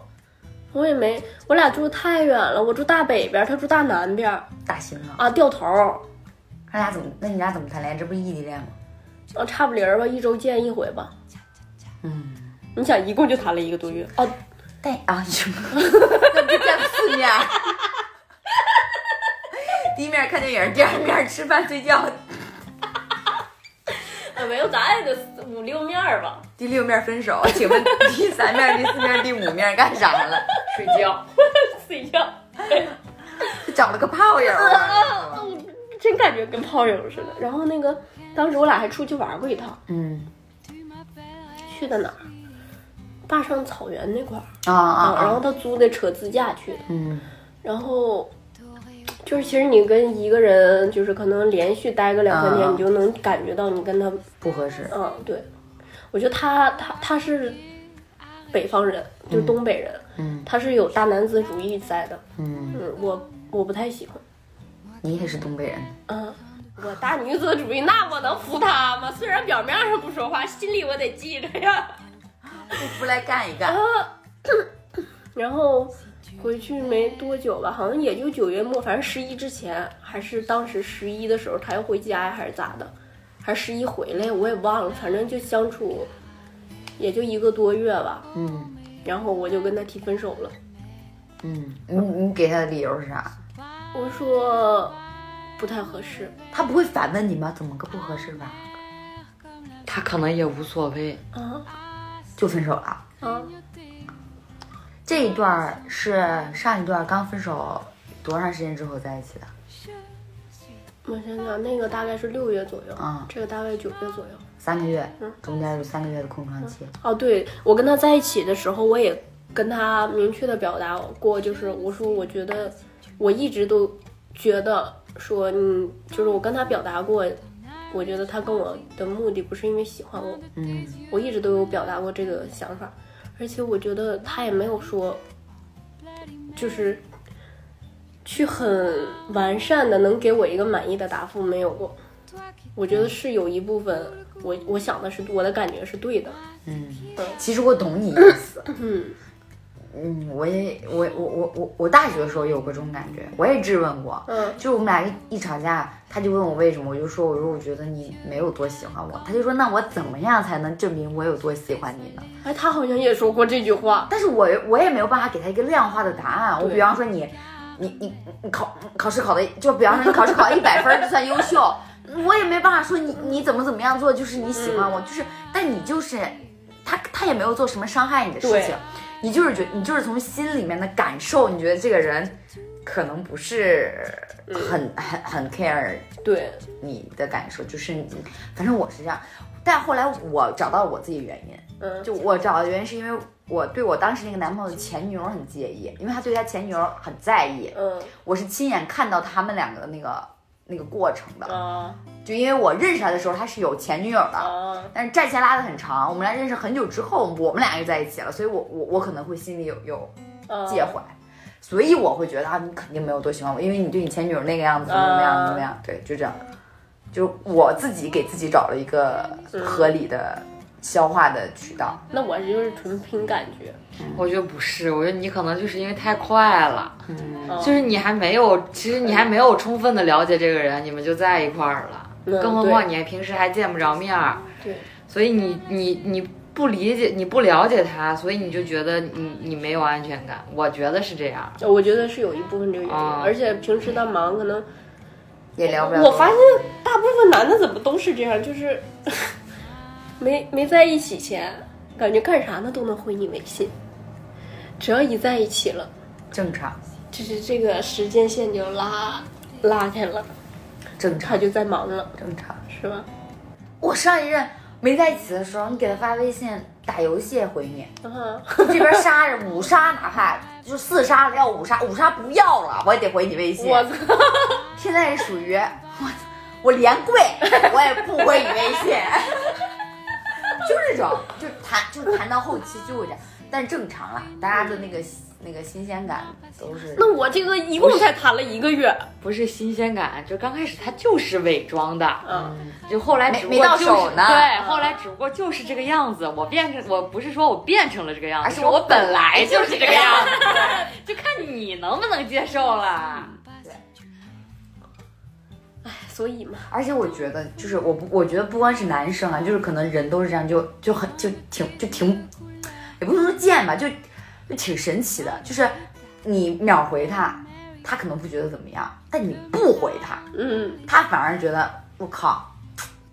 D: 我也没，我俩住太远了，我住大北边，他住大南边
B: 大兴啊，
D: 啊，掉头儿。
B: 他俩怎么？那你俩怎么谈恋爱？这不是异地恋吗？
D: 啊，差不离儿吧，一周见一回吧。
B: 嗯，
D: 你想，一共就谈了一个多月哦，
B: 但啊，什么？那不就见四面？ 第一面看电影，第二面吃饭睡觉，
D: 啊，没有，咱也得五六面儿吧。
B: 第六面分手。请问第三面、第四面、第五面干啥了？
A: 睡觉。
D: 睡觉，
B: 找了个炮友啊。
D: 我 真感觉跟炮友似的。然后那个当时我俩还出去玩过一趟，
B: 嗯
D: 去的哪儿？大上草原那块儿嗯
B: 啊啊
D: 然后
B: 啊，
D: 他租的车自驾去的，
B: 嗯
D: 然后。就是其实你跟一个人，就是可能连续待个两三
B: 啊
D: 天，你就能感觉到你跟他
B: 不合适，
D: 嗯，对，我觉得他他他是北方人，就是东北人，
B: 嗯
D: 他是有大男子主义在的。
B: 嗯，
D: 嗯，我我不太喜欢。
B: 你也是东北人，
D: 嗯，我大女子主义，那我能服他吗？虽然表面上不说话，心里我得记着呀。
B: 不服来干一干，
D: 然后回去没多久吧，好像也就九月末，反正十一之前，还是当时十一的时候，他要回家呀，还是咋的？还是十一回来，我也忘了，反正就相处也就一个多月吧。
B: 嗯
D: 然后我就跟他提分手了。
B: 嗯，你你给他的理由是啥？
D: 我说不太合适，
B: 他不会反问你吗？怎么个不合适吧？
A: 他可能也无所谓。
D: 啊
B: 就分手了。
D: 啊，
B: 这一段儿是上一段儿刚分手多长时间之后在一起的？
D: 我想想，那个大概是六月左右，
B: 啊
D: 这个大概九月左右。
B: 三个月
D: 嗯，
B: 中间有三个月的空窗期。
D: 哦，对我跟他在一起的时候，我也跟他明确的表达过，就是我说我觉得我一直都觉得说，嗯，就是我跟他表达过，我觉得他跟我的目的不是因为喜欢我，
B: 嗯
D: 我一直都有表达过这个想法，而且我觉得他也没有说，就是去很完善的能给我一个满意的答复没有过。我觉得是有一部分，我我想的是我的感觉是对的，
B: 嗯，其实我懂你意思。嗯，我也我我我我我大学的时候有过这种感觉，我也质问过。
D: 嗯
B: 就是我们俩一一吵架，他就问我为什么，我就说我说我觉得你没有多喜欢我，他就说那我怎么样才能证明我有多喜欢你呢？
D: 哎，他好像也说过这句话，
B: 但是我我也没有办法给他一个量化的答案。我
D: 对
B: 比方说你，你你你考考试考的，就比方说你考试考一百分儿就算优秀，我也没办法说你你怎么怎么样做就是你喜欢我，
D: 嗯
B: 就是但你就是他他也没有做什么伤害你的事
D: 对
B: 情，你就是觉你就是从心里面的感受，你觉得这个人可能不是很、很很 care
D: 对，
B: 你的感受，就是你反正我是这样。但后来我找到我自己原因，
D: 嗯，
B: 就我找的原因是因为我对我当时那个男朋友的前女友很介意，因为他对他前女友很在意。
D: 嗯
B: 我是亲眼看到他们两个的那个那个过程的，
D: 啊
B: 就因为我认识他的时候他是有前女友的，
D: 啊，
B: 但是战线拉得很长，我们俩认识很久之后，我们俩又在一起了，所以我我我可能会心里有有
D: 啊
B: 介怀。所以我会觉得啊，你肯定没有多喜欢我，因为你对你前女友那个样子怎么怎么样
D: 啊
B: 怎么样，对，就这样，就我自己给自己找了一个合理的消化的渠道。
D: 那我就是纯凭感觉，
A: 我觉得不是，我觉得你可能就是因为太快了，
D: 嗯
A: 就是你还没有，其实你还没有充分的了解这个人，你们就在一块儿了。
D: 嗯
A: 更何况你还平时还见不着面儿，
D: 对，
A: 所以你你你不理解，你不了解他，所以你就觉得你你没有安全感。我觉得是这样。
D: 我觉得是有一部分这个原因，
A: 啊
D: 而且平时他忙，可能
B: 也聊不了。
D: 我发现大部分男的怎么都是这样，就是 没没在一起前，感觉干啥呢都能回你微信，只要一在一起了，
B: 正常，
D: 就是这个时间线就拉拉开了，
B: 正
D: 他
B: 常，
D: 就在忙了，
B: 正常。
D: 是吧？
B: 我上一任没在一起的时候，你给他发微信打游戏也回你，
D: 啊，
B: 这边杀着五杀，哪怕就四杀了要五杀，五杀不要了，我也得回你微信。
D: 我操，
B: 现在是属于我，我连跪我也不回你微信，就这种，就谈就谈到后期就会这样，但正常啦，大家的那个那个新鲜感都是。
D: 那我这个一共才谈了一个月，
A: 不是新鲜感，就刚开始他就是伪装的，
D: 嗯，
A: 就后来
B: 没
A: 只不
B: 没
A: 过
B: 到
A: 就是
B: 手呢
A: 对，后来只不过就是这个样子。我变成我不是说我变成了这个样子，
B: 而是
A: 是
B: 我
A: 我本
B: 本
A: 来
B: 来
A: 就
B: 就是是
A: 这
B: 这
A: 个
B: 个
A: 样
B: 样
A: 子
B: 子， 嗯
A: 就看你能不能接受了。
D: 所以嘛，
B: 而且我觉得，就是我不，我觉得不光是男生啊，就是可能人都是这样，就就很就挺就挺，也不能说贱吧，就就挺神奇的。就是你秒回他，他可能不觉得怎么样，但你不回他，
D: 嗯，
B: 他反而觉得我靠，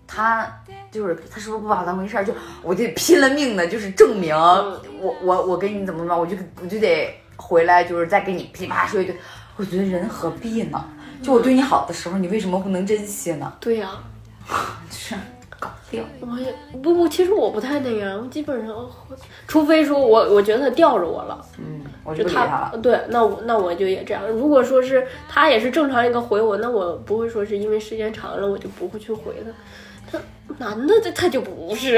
B: 他就是他是不是不把我当回事儿？就我得拼了命的，就是证明
D: 嗯
B: 我我我跟你怎么怎么，我就我就得回来，就是再给你噼啪说一顿。我觉得人何必呢？
D: 嗯
B: 就我对你好的时候，你为什么不能珍惜呢？
D: 对呀、
B: 是搞定。
D: 我也不不，其实我不太那样，我基本上，除非说我我觉得他吊着我了，
B: 嗯，我就
D: 就
B: 不理他
D: 他
B: 了。
D: 对，那我那我就也这样。如果说是他也是正常一个回我，那我不会说是因为时间长了我就不会去回他。他男的这他就不是，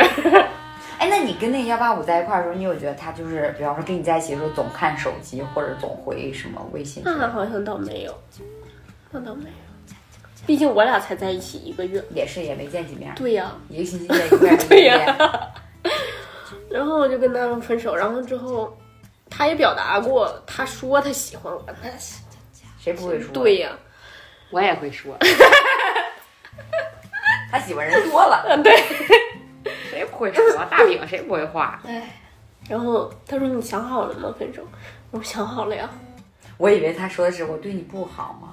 B: 哎，那你跟那幺八五在一块儿的时候，你有觉得他就是，比方说跟你在一起的时候总看手机，或者总回什么微信之类
D: 那
B: 的？
D: 好像倒没有，那倒没有，毕竟我俩才在一起一个月。
B: 也是也没见几面，
D: 对呀、
B: 一个星期 见一面。
D: 对呀
B: 一个月
D: 然后我就跟他分手，然后之后他也表达过，他说他喜欢我，
B: 哎
D: 那是
B: 谁不会说？
D: 对，呀、
A: 我也会说，
B: 他喜欢人多了。
A: 谁不会说？大饼谁不会画？
D: 哎，然后他说你想好了吗？分手？我说想好了呀。
B: 我以为他说的是我对你不好嘛。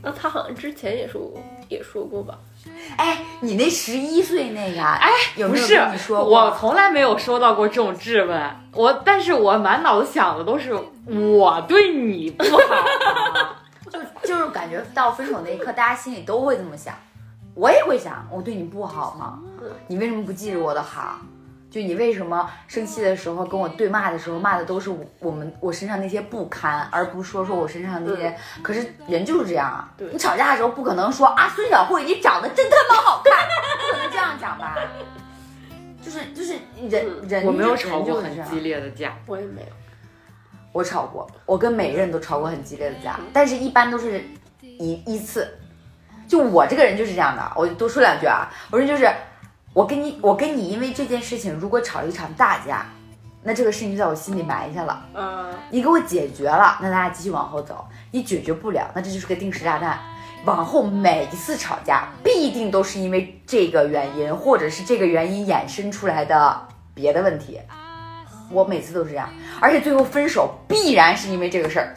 D: 那他好像之前也说过，也说过吧？
B: 哎，你那十一岁那个，哎，有
A: 不
B: 没有
A: 是
B: 跟你，说
A: 我
B: 过？
A: 从来没有收到过这种质问。我，但是我满脑子想的都是我对你不 好。
B: 就就是感觉到分手那一刻，大家心里都会这么想。我也会想，我对你不好吗？你为什么不记着我的好？就你为什么生气的时候跟我对骂的时候骂的都是我我们我身上那些不堪，而不是说说我身上那些。可是人就是这样啊，
D: 对
B: 你吵架的时候不可能说啊孙小慧你长得真他妈好看， 不可能这样讲吧？就是就是人人
A: 我没有
B: 人
A: 吵过
B: 就是
A: 很
B: 这样
A: 激烈的架，
D: 我也没有。
B: 我吵过，我跟每个人都吵过很激烈的架，但是一般都是一一次。就我这个人就是这样的，我就多说两句啊，我说就是，我跟你，我跟你因为这件事情如果吵一场大架，那这个事情就在我心里埋下了。
D: 啊，
B: 你给我解决了，那大家继续往后走；你解决不了，那这就是个定时炸弹。往后每一次吵架，必定都是因为这个原因，或者是这个原因衍生出来的别的问题。我每次都是这样，而且最后分手必然是因为这个事儿，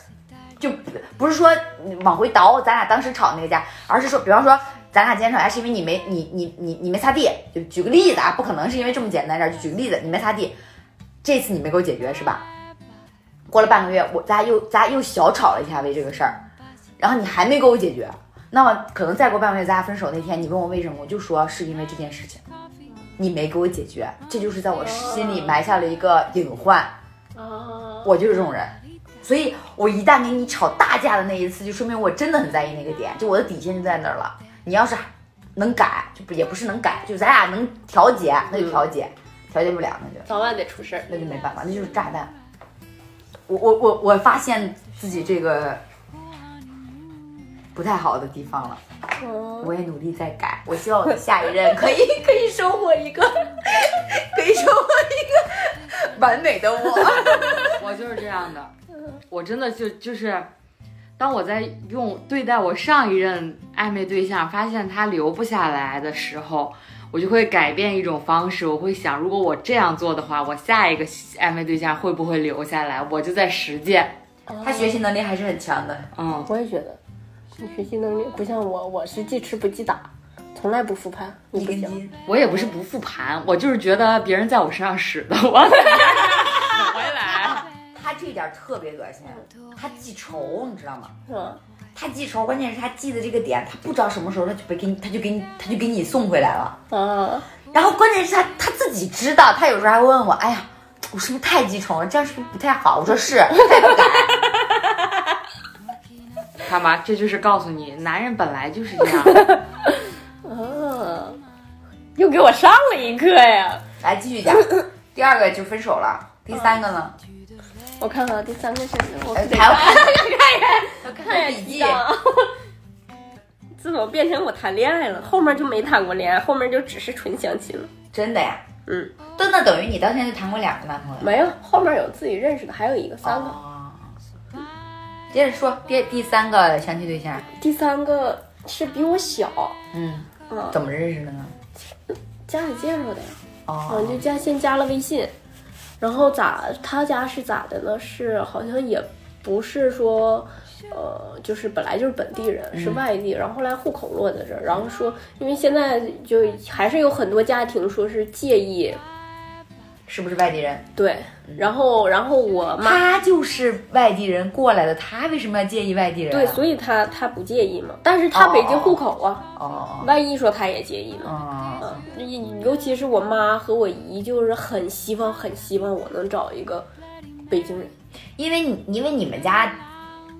B: 就不不是说你往回倒咱俩当时吵那个架，而是说，比方说咱俩今天吵架是因为你没你你你你没擦地，就举个例子啊，不可能是因为这么简单的事儿，就举个例子，你没擦地，这次你没给我解决是吧？过了半个月，我咱俩又咱俩又小吵了一下为这个事儿，然后你还没给我解决，那么可能再过半个月咱俩分手那天，你问我为什么，我就说是因为这件事情，你没给我解决，这就是在我心里埋下了一个隐患。
D: 啊，
B: 我就是这种人，所以我一旦跟你吵大架的那一次，就说明我真的很在意那个点，就我的底线就在那儿了。你要是能改，就不也不是能改，就咱俩能调节，那就调节，调节不了那就。
D: 早晚得出事儿。
B: 那就没办法，那就是炸弹。我我我我发现自己这个不太好的地方了，
D: 嗯，
B: 我也努力在改。我希望我的下一任可以可以收获一个，可以收获一个完美的我。
A: 我就是这样的。我真的就就是，当我在用对待我上一任暧昧对象，发现他留不下来的时候，我就会改变一种方式。我会想，如果我这样做的话，我下一个暧昧对象会不会留下来？我就在实践。
B: 他学习能力还是很强的，
A: 嗯，
D: 我也觉得，你学习能力不像我，我是记吃不记打，从来不复盘。
B: 一
D: 你不
B: 根
D: 行，
B: 筋。
A: 我也不是不复盘，我就是觉得别人在我身上使的， 我要给别人使回 来。
B: 他这一点特别恶心，他记仇，你知道吗？
D: 是吧？
B: 他记仇，关键是他记的这个点，他不知道什么时候他就被给你，他就给你，他就给你送回来了。
D: 啊，
B: 然后关键是他他自己知道，他有时候还会问我，哎呀，我是不是太记仇了？这样是不是不太好？我说是，太不敢。
A: 看吧，这就是告诉你，男人本来就是这样。
D: 啊，又给我上了一课呀！
B: 来继续讲，第二个就分手了，第三个呢？
D: 我看看第三个选择，我
B: 呃
D: 可得
B: 还有
D: 看
B: 要看
D: 看
B: 笔
D: 笔
B: 记
D: 记。啊。自从变成我谈恋爱了，后面就没谈过恋爱，后面就只是纯相亲了。
B: 真的呀？
D: 嗯，
B: 对，那等于你到现在就谈过两个男朋友？
D: 没有，后面有自己认识的，还有一个三个。
B: 哦接着说，第第三个相亲对象，
D: 第三个是比我小，
B: 嗯，
D: 嗯，
B: 怎么认识的呢？
D: 家里介绍的呀，嗯，
B: 哦，
D: 就加先加了微信，然后咋他家是咋的呢？是好像也不是说，呃，就是本来就是本地人，
B: 嗯
D: 是外地，然后后来户口落在这儿，然后说，因为现在就还是有很多家庭说是介意。
B: 是不是外地人？
D: 对，然后然后我妈
B: 他就是外地人过来的，他为什么要介意外地人、啊？
D: 对，所以她她不介意嘛，但是她北京户口啊，
B: 哦
D: 万一说她也介意
B: 哦
D: 呢？
B: 哦，
D: 嗯，尤其是我妈和我姨，就是很希望很希望我能找一个北京人。
B: 因为你因为你们家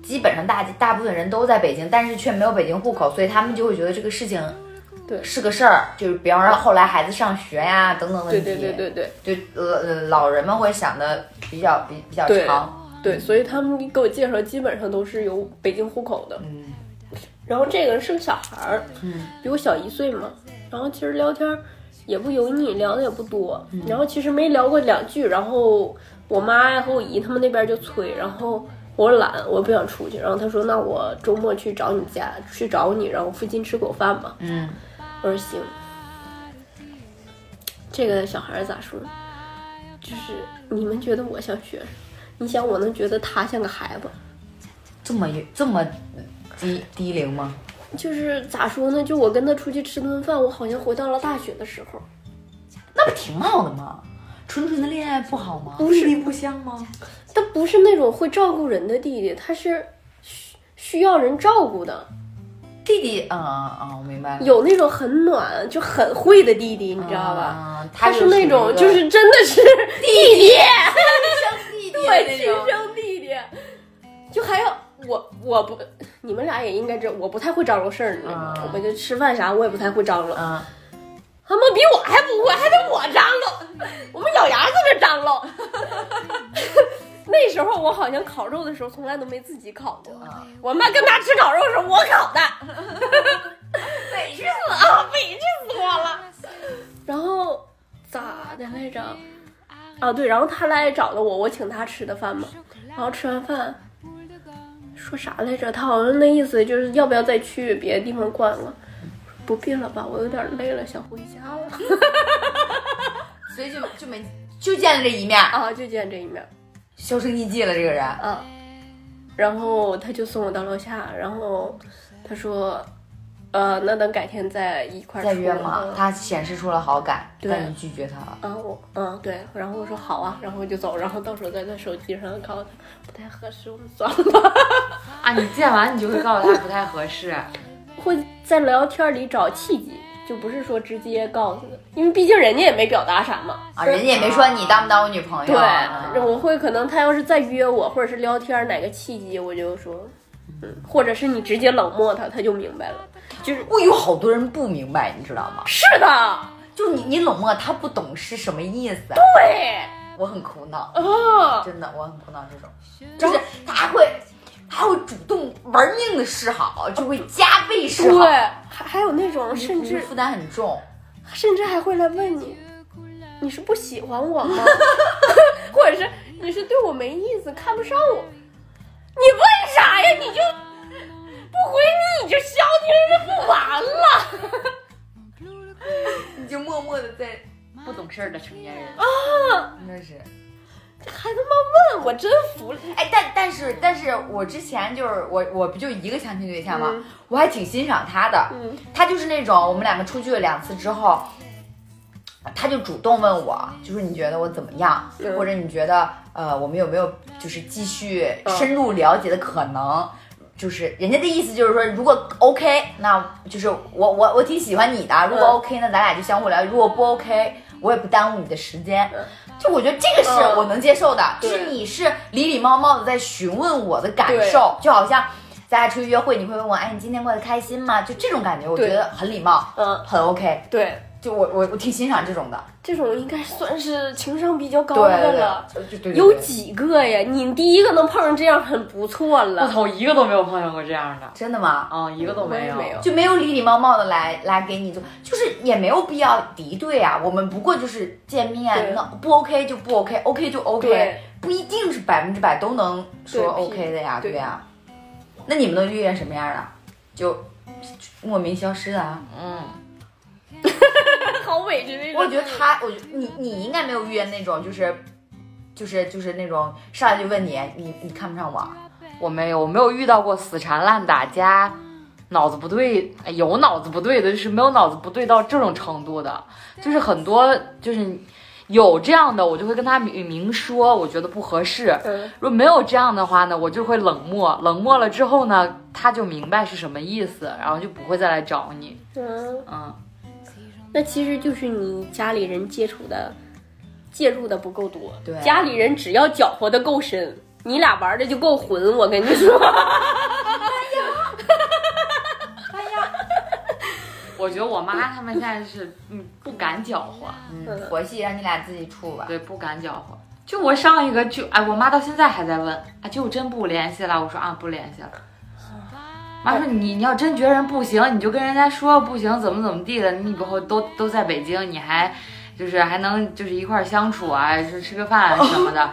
B: 基本上大大部分人都在北京，但是却没有北京户口，所以他们就会觉得这个事情
D: 对
B: 是个事儿，就是比方说后来孩子上学呀、等等问
D: 对
B: 题，
D: 对对对对
B: 对，就呃老人们会想的比较比比较
D: 对
B: 长，
D: 对，所以他们给我介绍基本上都是有北京户口的。
B: 嗯
D: 然后这个人是个小孩儿，
B: 嗯，
D: 比我小一岁嘛。然后其实聊天儿也不油腻，聊的也不多。
B: 嗯
D: 然后其实没聊过两句，然后我妈呀和我姨他们那边就催，然后我懒，我不想出去。然后他说：“那我周末去找你家，去找你，然后附近吃口饭吧。
B: 嗯，”
D: 我说：“行。”这个小孩儿咋说？就是你们觉得我像学生，你想我能觉得他像个孩子？
B: 这么这么低低龄吗？
D: 就是咋说呢？就我跟他出去吃顿饭，我好像回到了大学的时候。
B: 那不挺好的吗？纯纯的恋爱不好吗？
D: 不是
A: 弟不香吗？
D: 他不是那种会照顾人的弟弟，他是需需要人照顾的，
B: 弟弟，嗯嗯嗯，我明白了，
D: 有那种很暖就很会的弟弟，你知道吧？
B: 嗯？他
D: 啊他是那种就
B: 属于一
D: 是真的是弟弟，
B: 个弟弟
D: 对，
B: 那
D: 亲
B: 种
D: 生弟弟。就还有我，我不，你们俩也应该知道，我不太会张罗事儿，你知道吗？
B: 嗯
D: 我就吃饭啥我也不太会张罗，
B: 嗯，
D: 他们比我还不会，还得我张罗，我们咬牙在这张罗。 那时候我好像烤肉的时候从来都没自己烤过，我妈跟他吃烤肉的时候我烤的，
B: 北京
D: 啊，委屈死我了。然后咋的来着？啊，对，然后他来找的我，我请他吃的饭嘛。然后吃完饭说啥来着？他好像那意思就是要不要再去别的地方逛逛？不必了吧，我有点累了，想回家了。
B: 所以就就没就见了这一面，
D: 啊，就见这一面。
B: 销声匿迹了。这个人，
D: 啊，然后他就送我到楼下，然后他说，呃，那等改天再一块儿
B: 再
D: 出
B: 约
D: 来
B: 嘛，
D: 嗯
B: 他显示出了好感，
D: 对
B: 但你拒绝他了。
D: 啊，我嗯对，然后我说好啊，然后我就走，然后到时候在他手机上告诉他不太合适，我们算了吧，
A: 啊，你见完你就会告诉他不太合适。
D: 会在聊天里找契机，就不是说直接告诉他，因为毕竟人家也没表达啥嘛，
B: 啊，人家也没说你当不当我女朋友
D: 对
B: 啊，，
D: 我会可能他要是再约我，或者是聊天哪个契机，我就说，嗯，或者是你直接冷漠他，他就明白了，就是
B: 我有好多人不明白，你知道吗？
D: 是的，
B: 就你你冷漠，他不懂是什么意思，啊
D: 对，
B: 我很苦恼，
D: 啊，
B: 真的我很苦恼这种，就是他还会他还会主动玩命的示好，就会加倍示
D: 对，
B: 好，
D: 还还有那种甚
B: 你
D: 至
B: 负担很重。
D: 甚至还会来问你，你是不喜欢我吗？ 或者是你是对我没意思，看不上我？你问啥呀？你就不回你，你就消停着不完了。
B: 你就默默的在，
A: 不懂事儿的成年人，
B: 真的啊是。
D: 还他妈问我，真服了。
B: 哎，但但是但是我之前就是我我不就一个相亲对象吗？
D: 嗯
B: 我还挺欣赏他的，
D: 嗯
B: 他就是那种我们两个出去了两次之后，他就主动问我，就是你觉得我怎么样，
D: 嗯
B: 或者你觉得呃我们有没有就是继续
D: 嗯
B: 深入了解的可能？就是人家的意思就是说，如果 OK，那就是我我我挺喜欢你的，如果
D: 嗯
B: OK，那咱俩就相互了解；如果不 OK，我也不耽误你的时间
D: 嗯。
B: 就我觉得这个是
D: 嗯
B: 我能接受的，就
D: 对
B: 是你是礼礼貌貌的在询问我的感受，就好像咱俩出去约会，你会问我，哎，你今天过得开心吗？就这种感觉，我觉
D: 对
B: 得很礼貌，
D: 嗯，
B: 很 OK。
D: 对，
B: 就我我我挺欣赏这种的，
D: 这种应该算是情商比较高
B: 对
D: 哦的
B: 对呃
D: 了。
B: 对，就对对
D: 有
B: 对
D: 几个呀？你第一个能碰上这样很不错
A: 我
D: 了。
A: 头一个都没有碰见过这样的，
B: 真的吗？
A: 啊、一个都
D: 我也
A: 有。
D: 没有
B: 就没有礼礼貌貌的来来给你做，就是也没有必要敌对啊。我们不过就是见面，
D: 对
B: 那不 OK 就不 OK，OK 就 OK，
D: 对
B: 不一定是百分之百都能说
D: 对
B: OK 的呀，
D: 对
B: 对呀、那你们都遇见什么样的？就就莫名消失的啊？
A: 嗯，
D: 好委屈那种。
B: 我觉得他，我觉得你你应该没有遇见那种就是。就是就是那种上来就问你，你你看不上我啊，
A: 我没有，我没有遇到过死缠烂打加脑子不对，哎有脑子不对的，就是没有脑子不对到这种程度的，就是很多就是。有这样的，我就会跟他明明说，我觉得不合适。
D: 嗯，
A: 如果没有这样的话呢，我就会冷漠，冷漠了之后呢，他就明白是什么意思，然后就不会再来找你。
D: 嗯，
A: 嗯，
D: 那其实就是你家里人接触的介入的不够多，
A: 对
D: 家里人只要搅和的够深，你俩玩的就够混，我跟你说，
A: 我觉得我妈他们现在是嗯不敢搅和，
B: 嗯，佛系让你俩自己处吧。
A: 对，不敢搅和。就我上一个就哎，我妈到现在还在问，哎，就真不联系了。我说啊，不联系了。妈说你你要真觉得人不行，你就跟人家说不行，怎么怎么地的。你以后都都在北京，你还就是还能就是一块儿相处啊，是吃个饭啊什么的。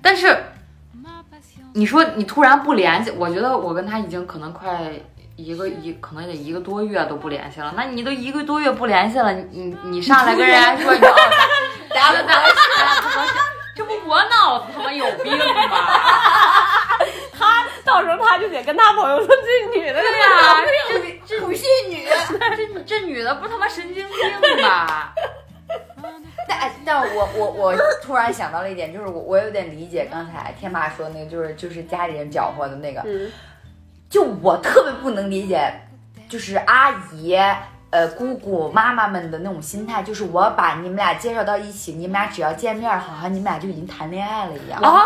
A: 但是你说你突然不联系，我觉得我跟他已经可能快一个一可能得一个多月都不联系了。那你都一个多月不联系了，你你你上来跟人家说你说哦，咱
B: 咱们
A: 咱这不我脑子他妈有病吗？
D: 他到时候他就得跟他朋友说这女的
A: 对呀、
B: 这不是女，
A: 这这女的不是他妈神经病吗？
B: 但但哎我我我突然想到了一点，就是我我有点理解刚才天妈说那个，就是就是家里人搅和的那个，
D: 嗯，
B: 就我特别不能理解，就是阿姨、呃姑姑、妈妈们的那种心态，就是我把你们俩介绍到一起，你们俩只要见面，好像你们俩就已经谈恋爱了一样。
A: 啊，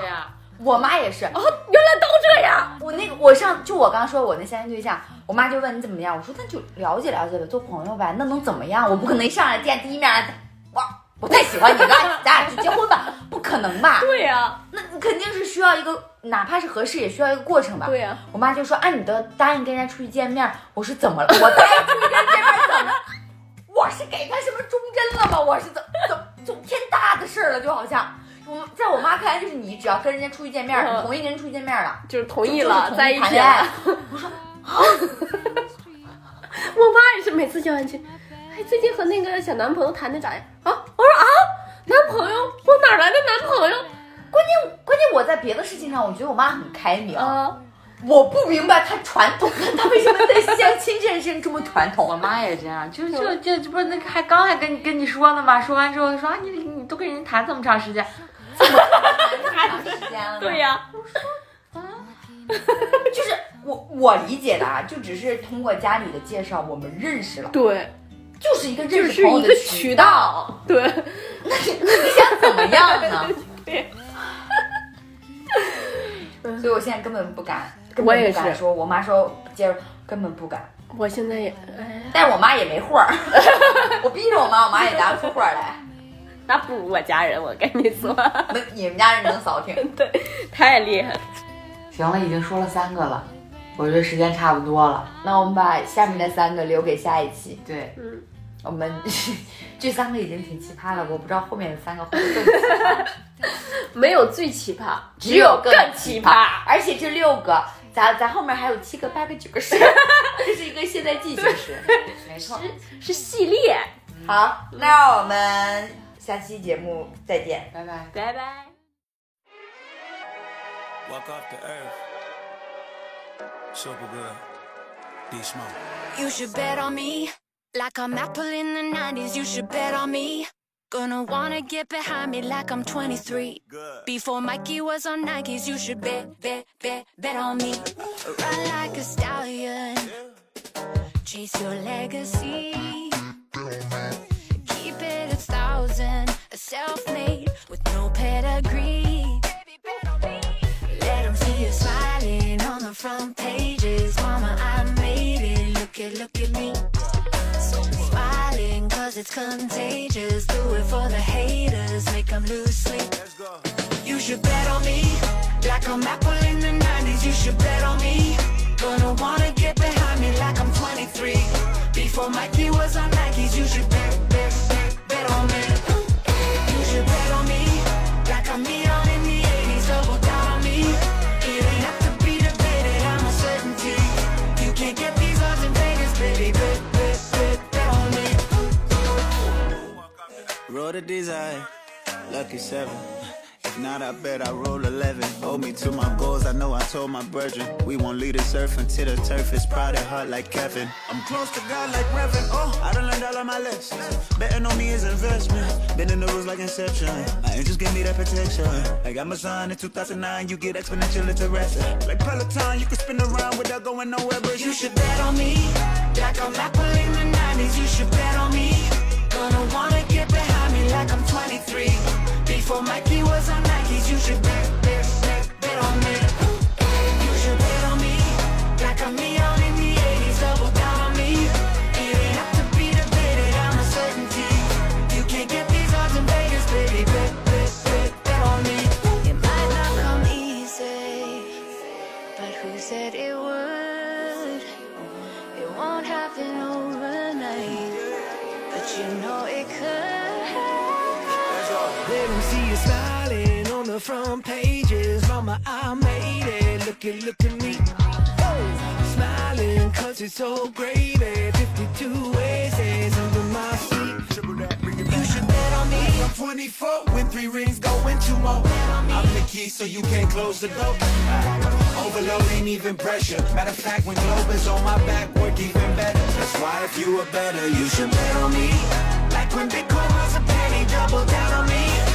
A: 对呀，
B: 我妈也是，
D: 原来都这样，
B: 我那个我上就我刚说我那相亲对象，我妈就问你怎么样，我说那就了解了解呗，做朋友呗，那能怎么样？我不可能一上来见第一面，我我太喜欢你了，咱俩就结婚吧，不可能吧？
D: 对呀、
B: 那你肯定是需要一个，哪怕是合适，也需要一个过程吧？
D: 对呀、
B: 我妈就说：“啊，你都答应跟人家出去见面儿。”我说：“怎么了？我答应出去跟人家见面儿怎么了？我是给他什么忠贞了吗？我是怎怎怎么天大的事儿了？就好像我在我妈看来，就是你只要跟人家出去见面儿，
D: 嗯
B: 你同意跟人出去见面儿了，
D: 就是同
B: 就
D: 意
B: 是
D: 了，
B: 同意
D: 在一
B: 谈
D: 起
B: 恋爱
D: 了。。我妈也是每次叫完去，哎，最近和那个小男朋友谈的咋样啊？我说啊，男朋友，我哪来的男朋友
B: 关键我在别的事情上，我觉得我妈很开明。
D: 啊？
B: 我不明白她传统， 她为什么在相亲这件事情这么传
A: 我
B: 统？
A: 妈也这样，就是这这这不是那个还刚还跟跟你说呢吗？说完之后说啊，你你都跟人谈这么长时间，
B: 太长时间了呢。
D: 对呀、
B: 就是我我理解的啊，就只是通过家里的介绍，我们认识了，
D: 对，
B: 就是一个
D: 就
B: 认识
D: 是
B: 朋友
D: 一
B: 的
D: 个渠。道，对，
B: 你想怎么样呢？
D: 对，
B: 所以我现在根本不敢，根
D: 我
B: 本
D: 也
B: 不敢
D: 是
B: 说。我妈说接着根本不敢，
D: 我现在也哎，
B: 但是我妈也没货儿， 我逼着我妈，我妈也拿不出货儿来。
D: 那不如我家人，我跟你说，
B: 那你们家人能扫听？
D: 对，太厉害了。
A: 行了，已经说了三个了，我觉得时间差不多了。
B: 那我们把下面的三个留给下一期。
A: 对，
D: 嗯，
B: 我们这三个已经挺奇葩了，我不知道后面的三个会不会更奇 葩。
D: 没有最奇葩，
B: 只有更
D: 更奇葩。
B: 而且这六个，咱咱后面还有七个、八个、九个、十， 这是一个现在进行 时。
A: 没错，
D: 是系列，
B: 好，那我们下期节目再见。
A: 拜拜。
D: 拜拜。
C: Walk off the earth. Super good. D smoke.
E: You should bet on me. Like I'm Apple in the 90s, you should bet on me. Gonna wanna get behind me like I'm 23. Before Mikey was on Nikes, you should bet, bet, bet, bet on me. Run like a stallion. Chase your legacy. Keep it a thousand. A self made with no pedigree. Let 'em see you smiling on the front pages. Mama, I made it. Look at, look at me. Smiling, cause it's contagious. Do it for the haters, make 'em lose sleep. You should bet on me. Like I'm Apple in the 90s, you should bet on me. Gonna wanna get behind me like I'm 23. Before Mikey was on Nikes, you should bet, bet, bet, bet on me. You should bet on me. Like I'm Neon in the 80s, double down on me. It ain't have to be debated, I'm a certainty. You can't get these odds in Vegas, baby. Bet, bet, bet, bet on me.
C: Roll the design. Lucky seven. If not, I bet I roll 11. Hold me to my goals, I know I told my brethren. We won't leave this earth until the turf is proud and hard like Kevin. I'm close to God like Reverend. Oh, I done learned all of my lessons. Betting on me is investment. Been in the rules like Inception. My angels give me that protection. Like Amazon in 2009, you get exponential interest. Like Peloton, you can spin around without going nowhere, but you
E: You
C: should.
E: should bet on me. Like I'm Apple in the 90s, you should bet on me. Gonna wanna get behind me like I'm 23. Before Mikey was on Nikes, you should bet, bet, bet, bet on me. You should bet on me. Like I'm neon in the 80s, double down on me. It ain't have to be debated, I'm a certainty. You can't get these odds in Vegas, baby. Bet, bet, bet, bet on me. It might not come easy. But who said it would? It won't happen overnight. But you know it could.
F: Let 'em see you smiling on the front pages. Mama, I made it. Look at, look at me. Oh, smiling cause it's so gravy. 52 ways is under my sleep.
E: You should bet on me.
C: 24, win three rings, go win two more. I'm the key, so you can't close the door. Overload ain't even pressure. Matter of fact, when Globe is on my back, work even better. That's why if you were better, you should bet on me.
E: Like when Bitcoin was a penny, double down on me.